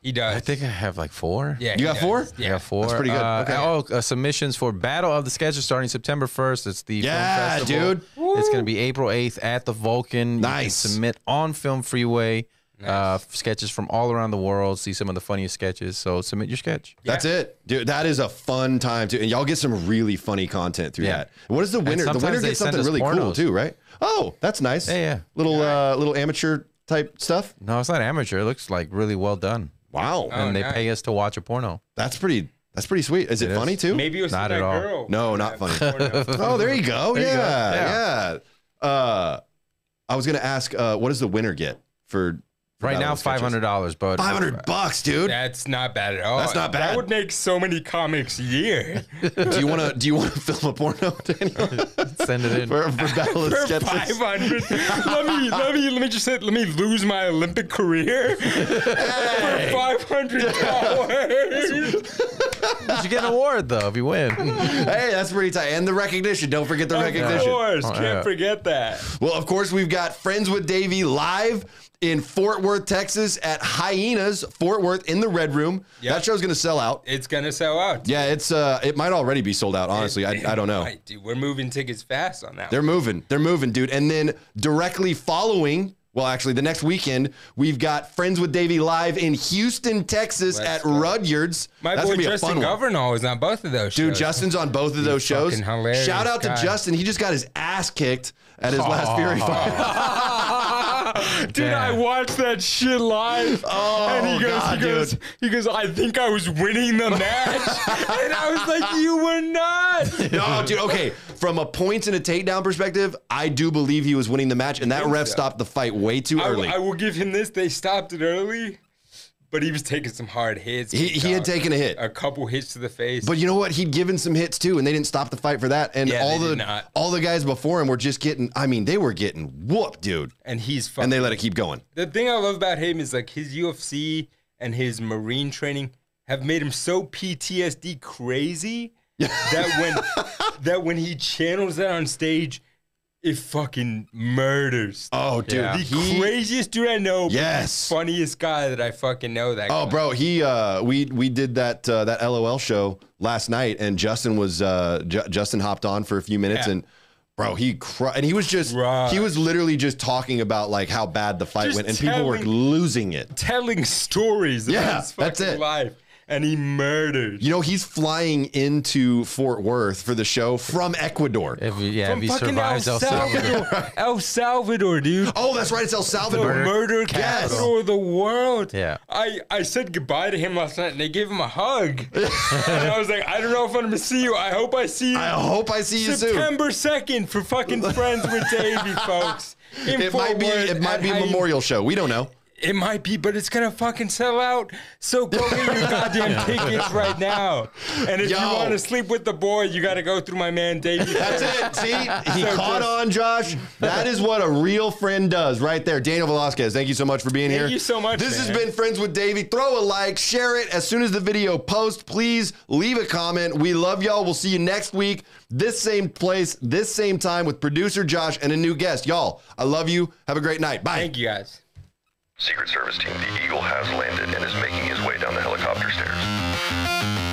He does. I think I have like four. yeah, You he got does. four? Yeah, four. That's pretty good. Uh, Okay. Oh, uh, submissions for Battle of the Sketches starting September 1st. It's the Yeah, film festival. dude. It's going to be April 8th at the Vulcan. You can Nice. submit on Film Freeway. Uh, sketches from all around the world. See some of the funniest sketches. So submit your sketch. That's it, dude. That is a fun time too, and y'all get some really funny content through Yeah. that. What is the winner? The sometimes winner they gets send something us really cool pornos. too, right? Oh, that's nice. Yeah, yeah. Little uh, little amateur type stuff. No, it's not amateur. It looks like really well done. Wow, and they nice. pay us to watch a porno. that's pretty. That's pretty sweet. Is it, funny too? Maybe it was Not that at all. girl. No, [LAUGHS] not funny. funny. [LAUGHS] Oh, there you go. yeah, you go. yeah, Uh, I was gonna ask, uh, what does the winner get for? for Right now, Battle of the Sketches? five hundred [LAUGHS] dollars, but 500 bucks, dude. That's not bad at all. That's not bad. That would make so many comics [LAUGHS] a year. do you want to? Do you want to [LAUGHS] film a porno, Daniel? send it [LAUGHS] in. for, for Battle of the [LAUGHS] For Sketches? five hundred. [LAUGHS] let me let me let me just say, let me lose my Olympic career [LAUGHS] for five hundred dollars. But you get an award though if you win. Hey, that's pretty tight. And the recognition. Don't forget the Of recognition. course, Oh, can't yeah. forget that. Well, of course, we've got Friends with Davey live in Fort Worth, Texas at Hyenas, Fort Worth in the Red Room. Yep. That show's going to sell out. It's gonna sell out. Yeah, it's uh it might already be sold out, honestly. I, I don't know. Right, dude, we're moving tickets fast on that. They're moving. They're moving, dude. And then directly following, well, actually, the next weekend, we've got Friends with Davey live in Houston, Texas Let's at go. Rudyard's. one. My That's boy gonna be a Justin fun one. Governall is on both of those. Dude, shows. [LAUGHS] Justin's on both of those shows. fucking hilarious Shout out to guy. Justin. He just got his ass kicked at his last Fury fight. [LAUGHS] Dude, I Damn. watched that shit live. [LAUGHS] Oh, and he goes, God, he goes, dude. he goes, I think I was winning [LAUGHS] the match. and I was like, you were not. No, dude. Okay, from a points and a takedown perspective, I do believe he was winning the match, and that ref stopped the fight way too I, early. I will give him this. They stopped it early, but he was taking some hard hits. he, he had dog. taken a hit, a couple hits to the face. but you know what? He'd given some hits too, and they didn't stop the fight for that. And Yeah, all they the did not. all the guys before him were just getting. I mean, they were getting whooped, dude. and he's fucking. And they let it keep going. the thing I love about him is like his UFC and his Marine training have made him so [LAUGHS] PTSD crazy that when that when he channels that on stage, it fucking murders. Oh, dude. the He, craziest dude I know. but Yes. The funniest guy that I fucking know. That Oh, guy. bro, he uh, we we did that uh, that LOL show last night, and Justin was uh, Ju- Justin hopped on for a few minutes, Yeah. and bro, he cr- and he was just Right. he was literally just talking about like how bad the fight Just went, and people were telling- losing it. telling stories about Yeah, his that's fucking it. life, and he murdered. You know, he's flying into Fort Worth for the show from Ecuador. If he- yeah, if From he fucking survives El Salvador. El [LAUGHS] Salvador, dude. Oh, that's right, it's El the Salvador. murder Yes. capital of the world. Yeah. I, I said goodbye to him last night and they gave him [LAUGHS] a hug. and I was like, I don't know if I'm gonna see you. I hope I see you I hope I see you soon. September 2nd for fucking Friends with [LAUGHS] Davey, folks. In It might Fort be Worth it might at be Hy- Memorial Show. We don't know. It might be, but it's gonna fucking sell out. So go get [LAUGHS] your goddamn tickets right now. And if you Yo. wanna sleep with the boy, you gotta go through my [LAUGHS] man Davey. That's it. [LAUGHS] See, he So caught just- on, Josh. That is what a real friend does, right there. Daniel Velasquez, thank you so much for being here. Thank you so much, This has man. been Friends with Davey. Throw a like, share it as soon as the video posts. Please leave a comment. We love y'all. We'll see you next week, this same place, this same time with producer Josh and a new guest. Y'all, I love you. Have a great night. Bye. Thank you guys. Secret Service team, the Eagle has landed and is making his way down the helicopter stairs.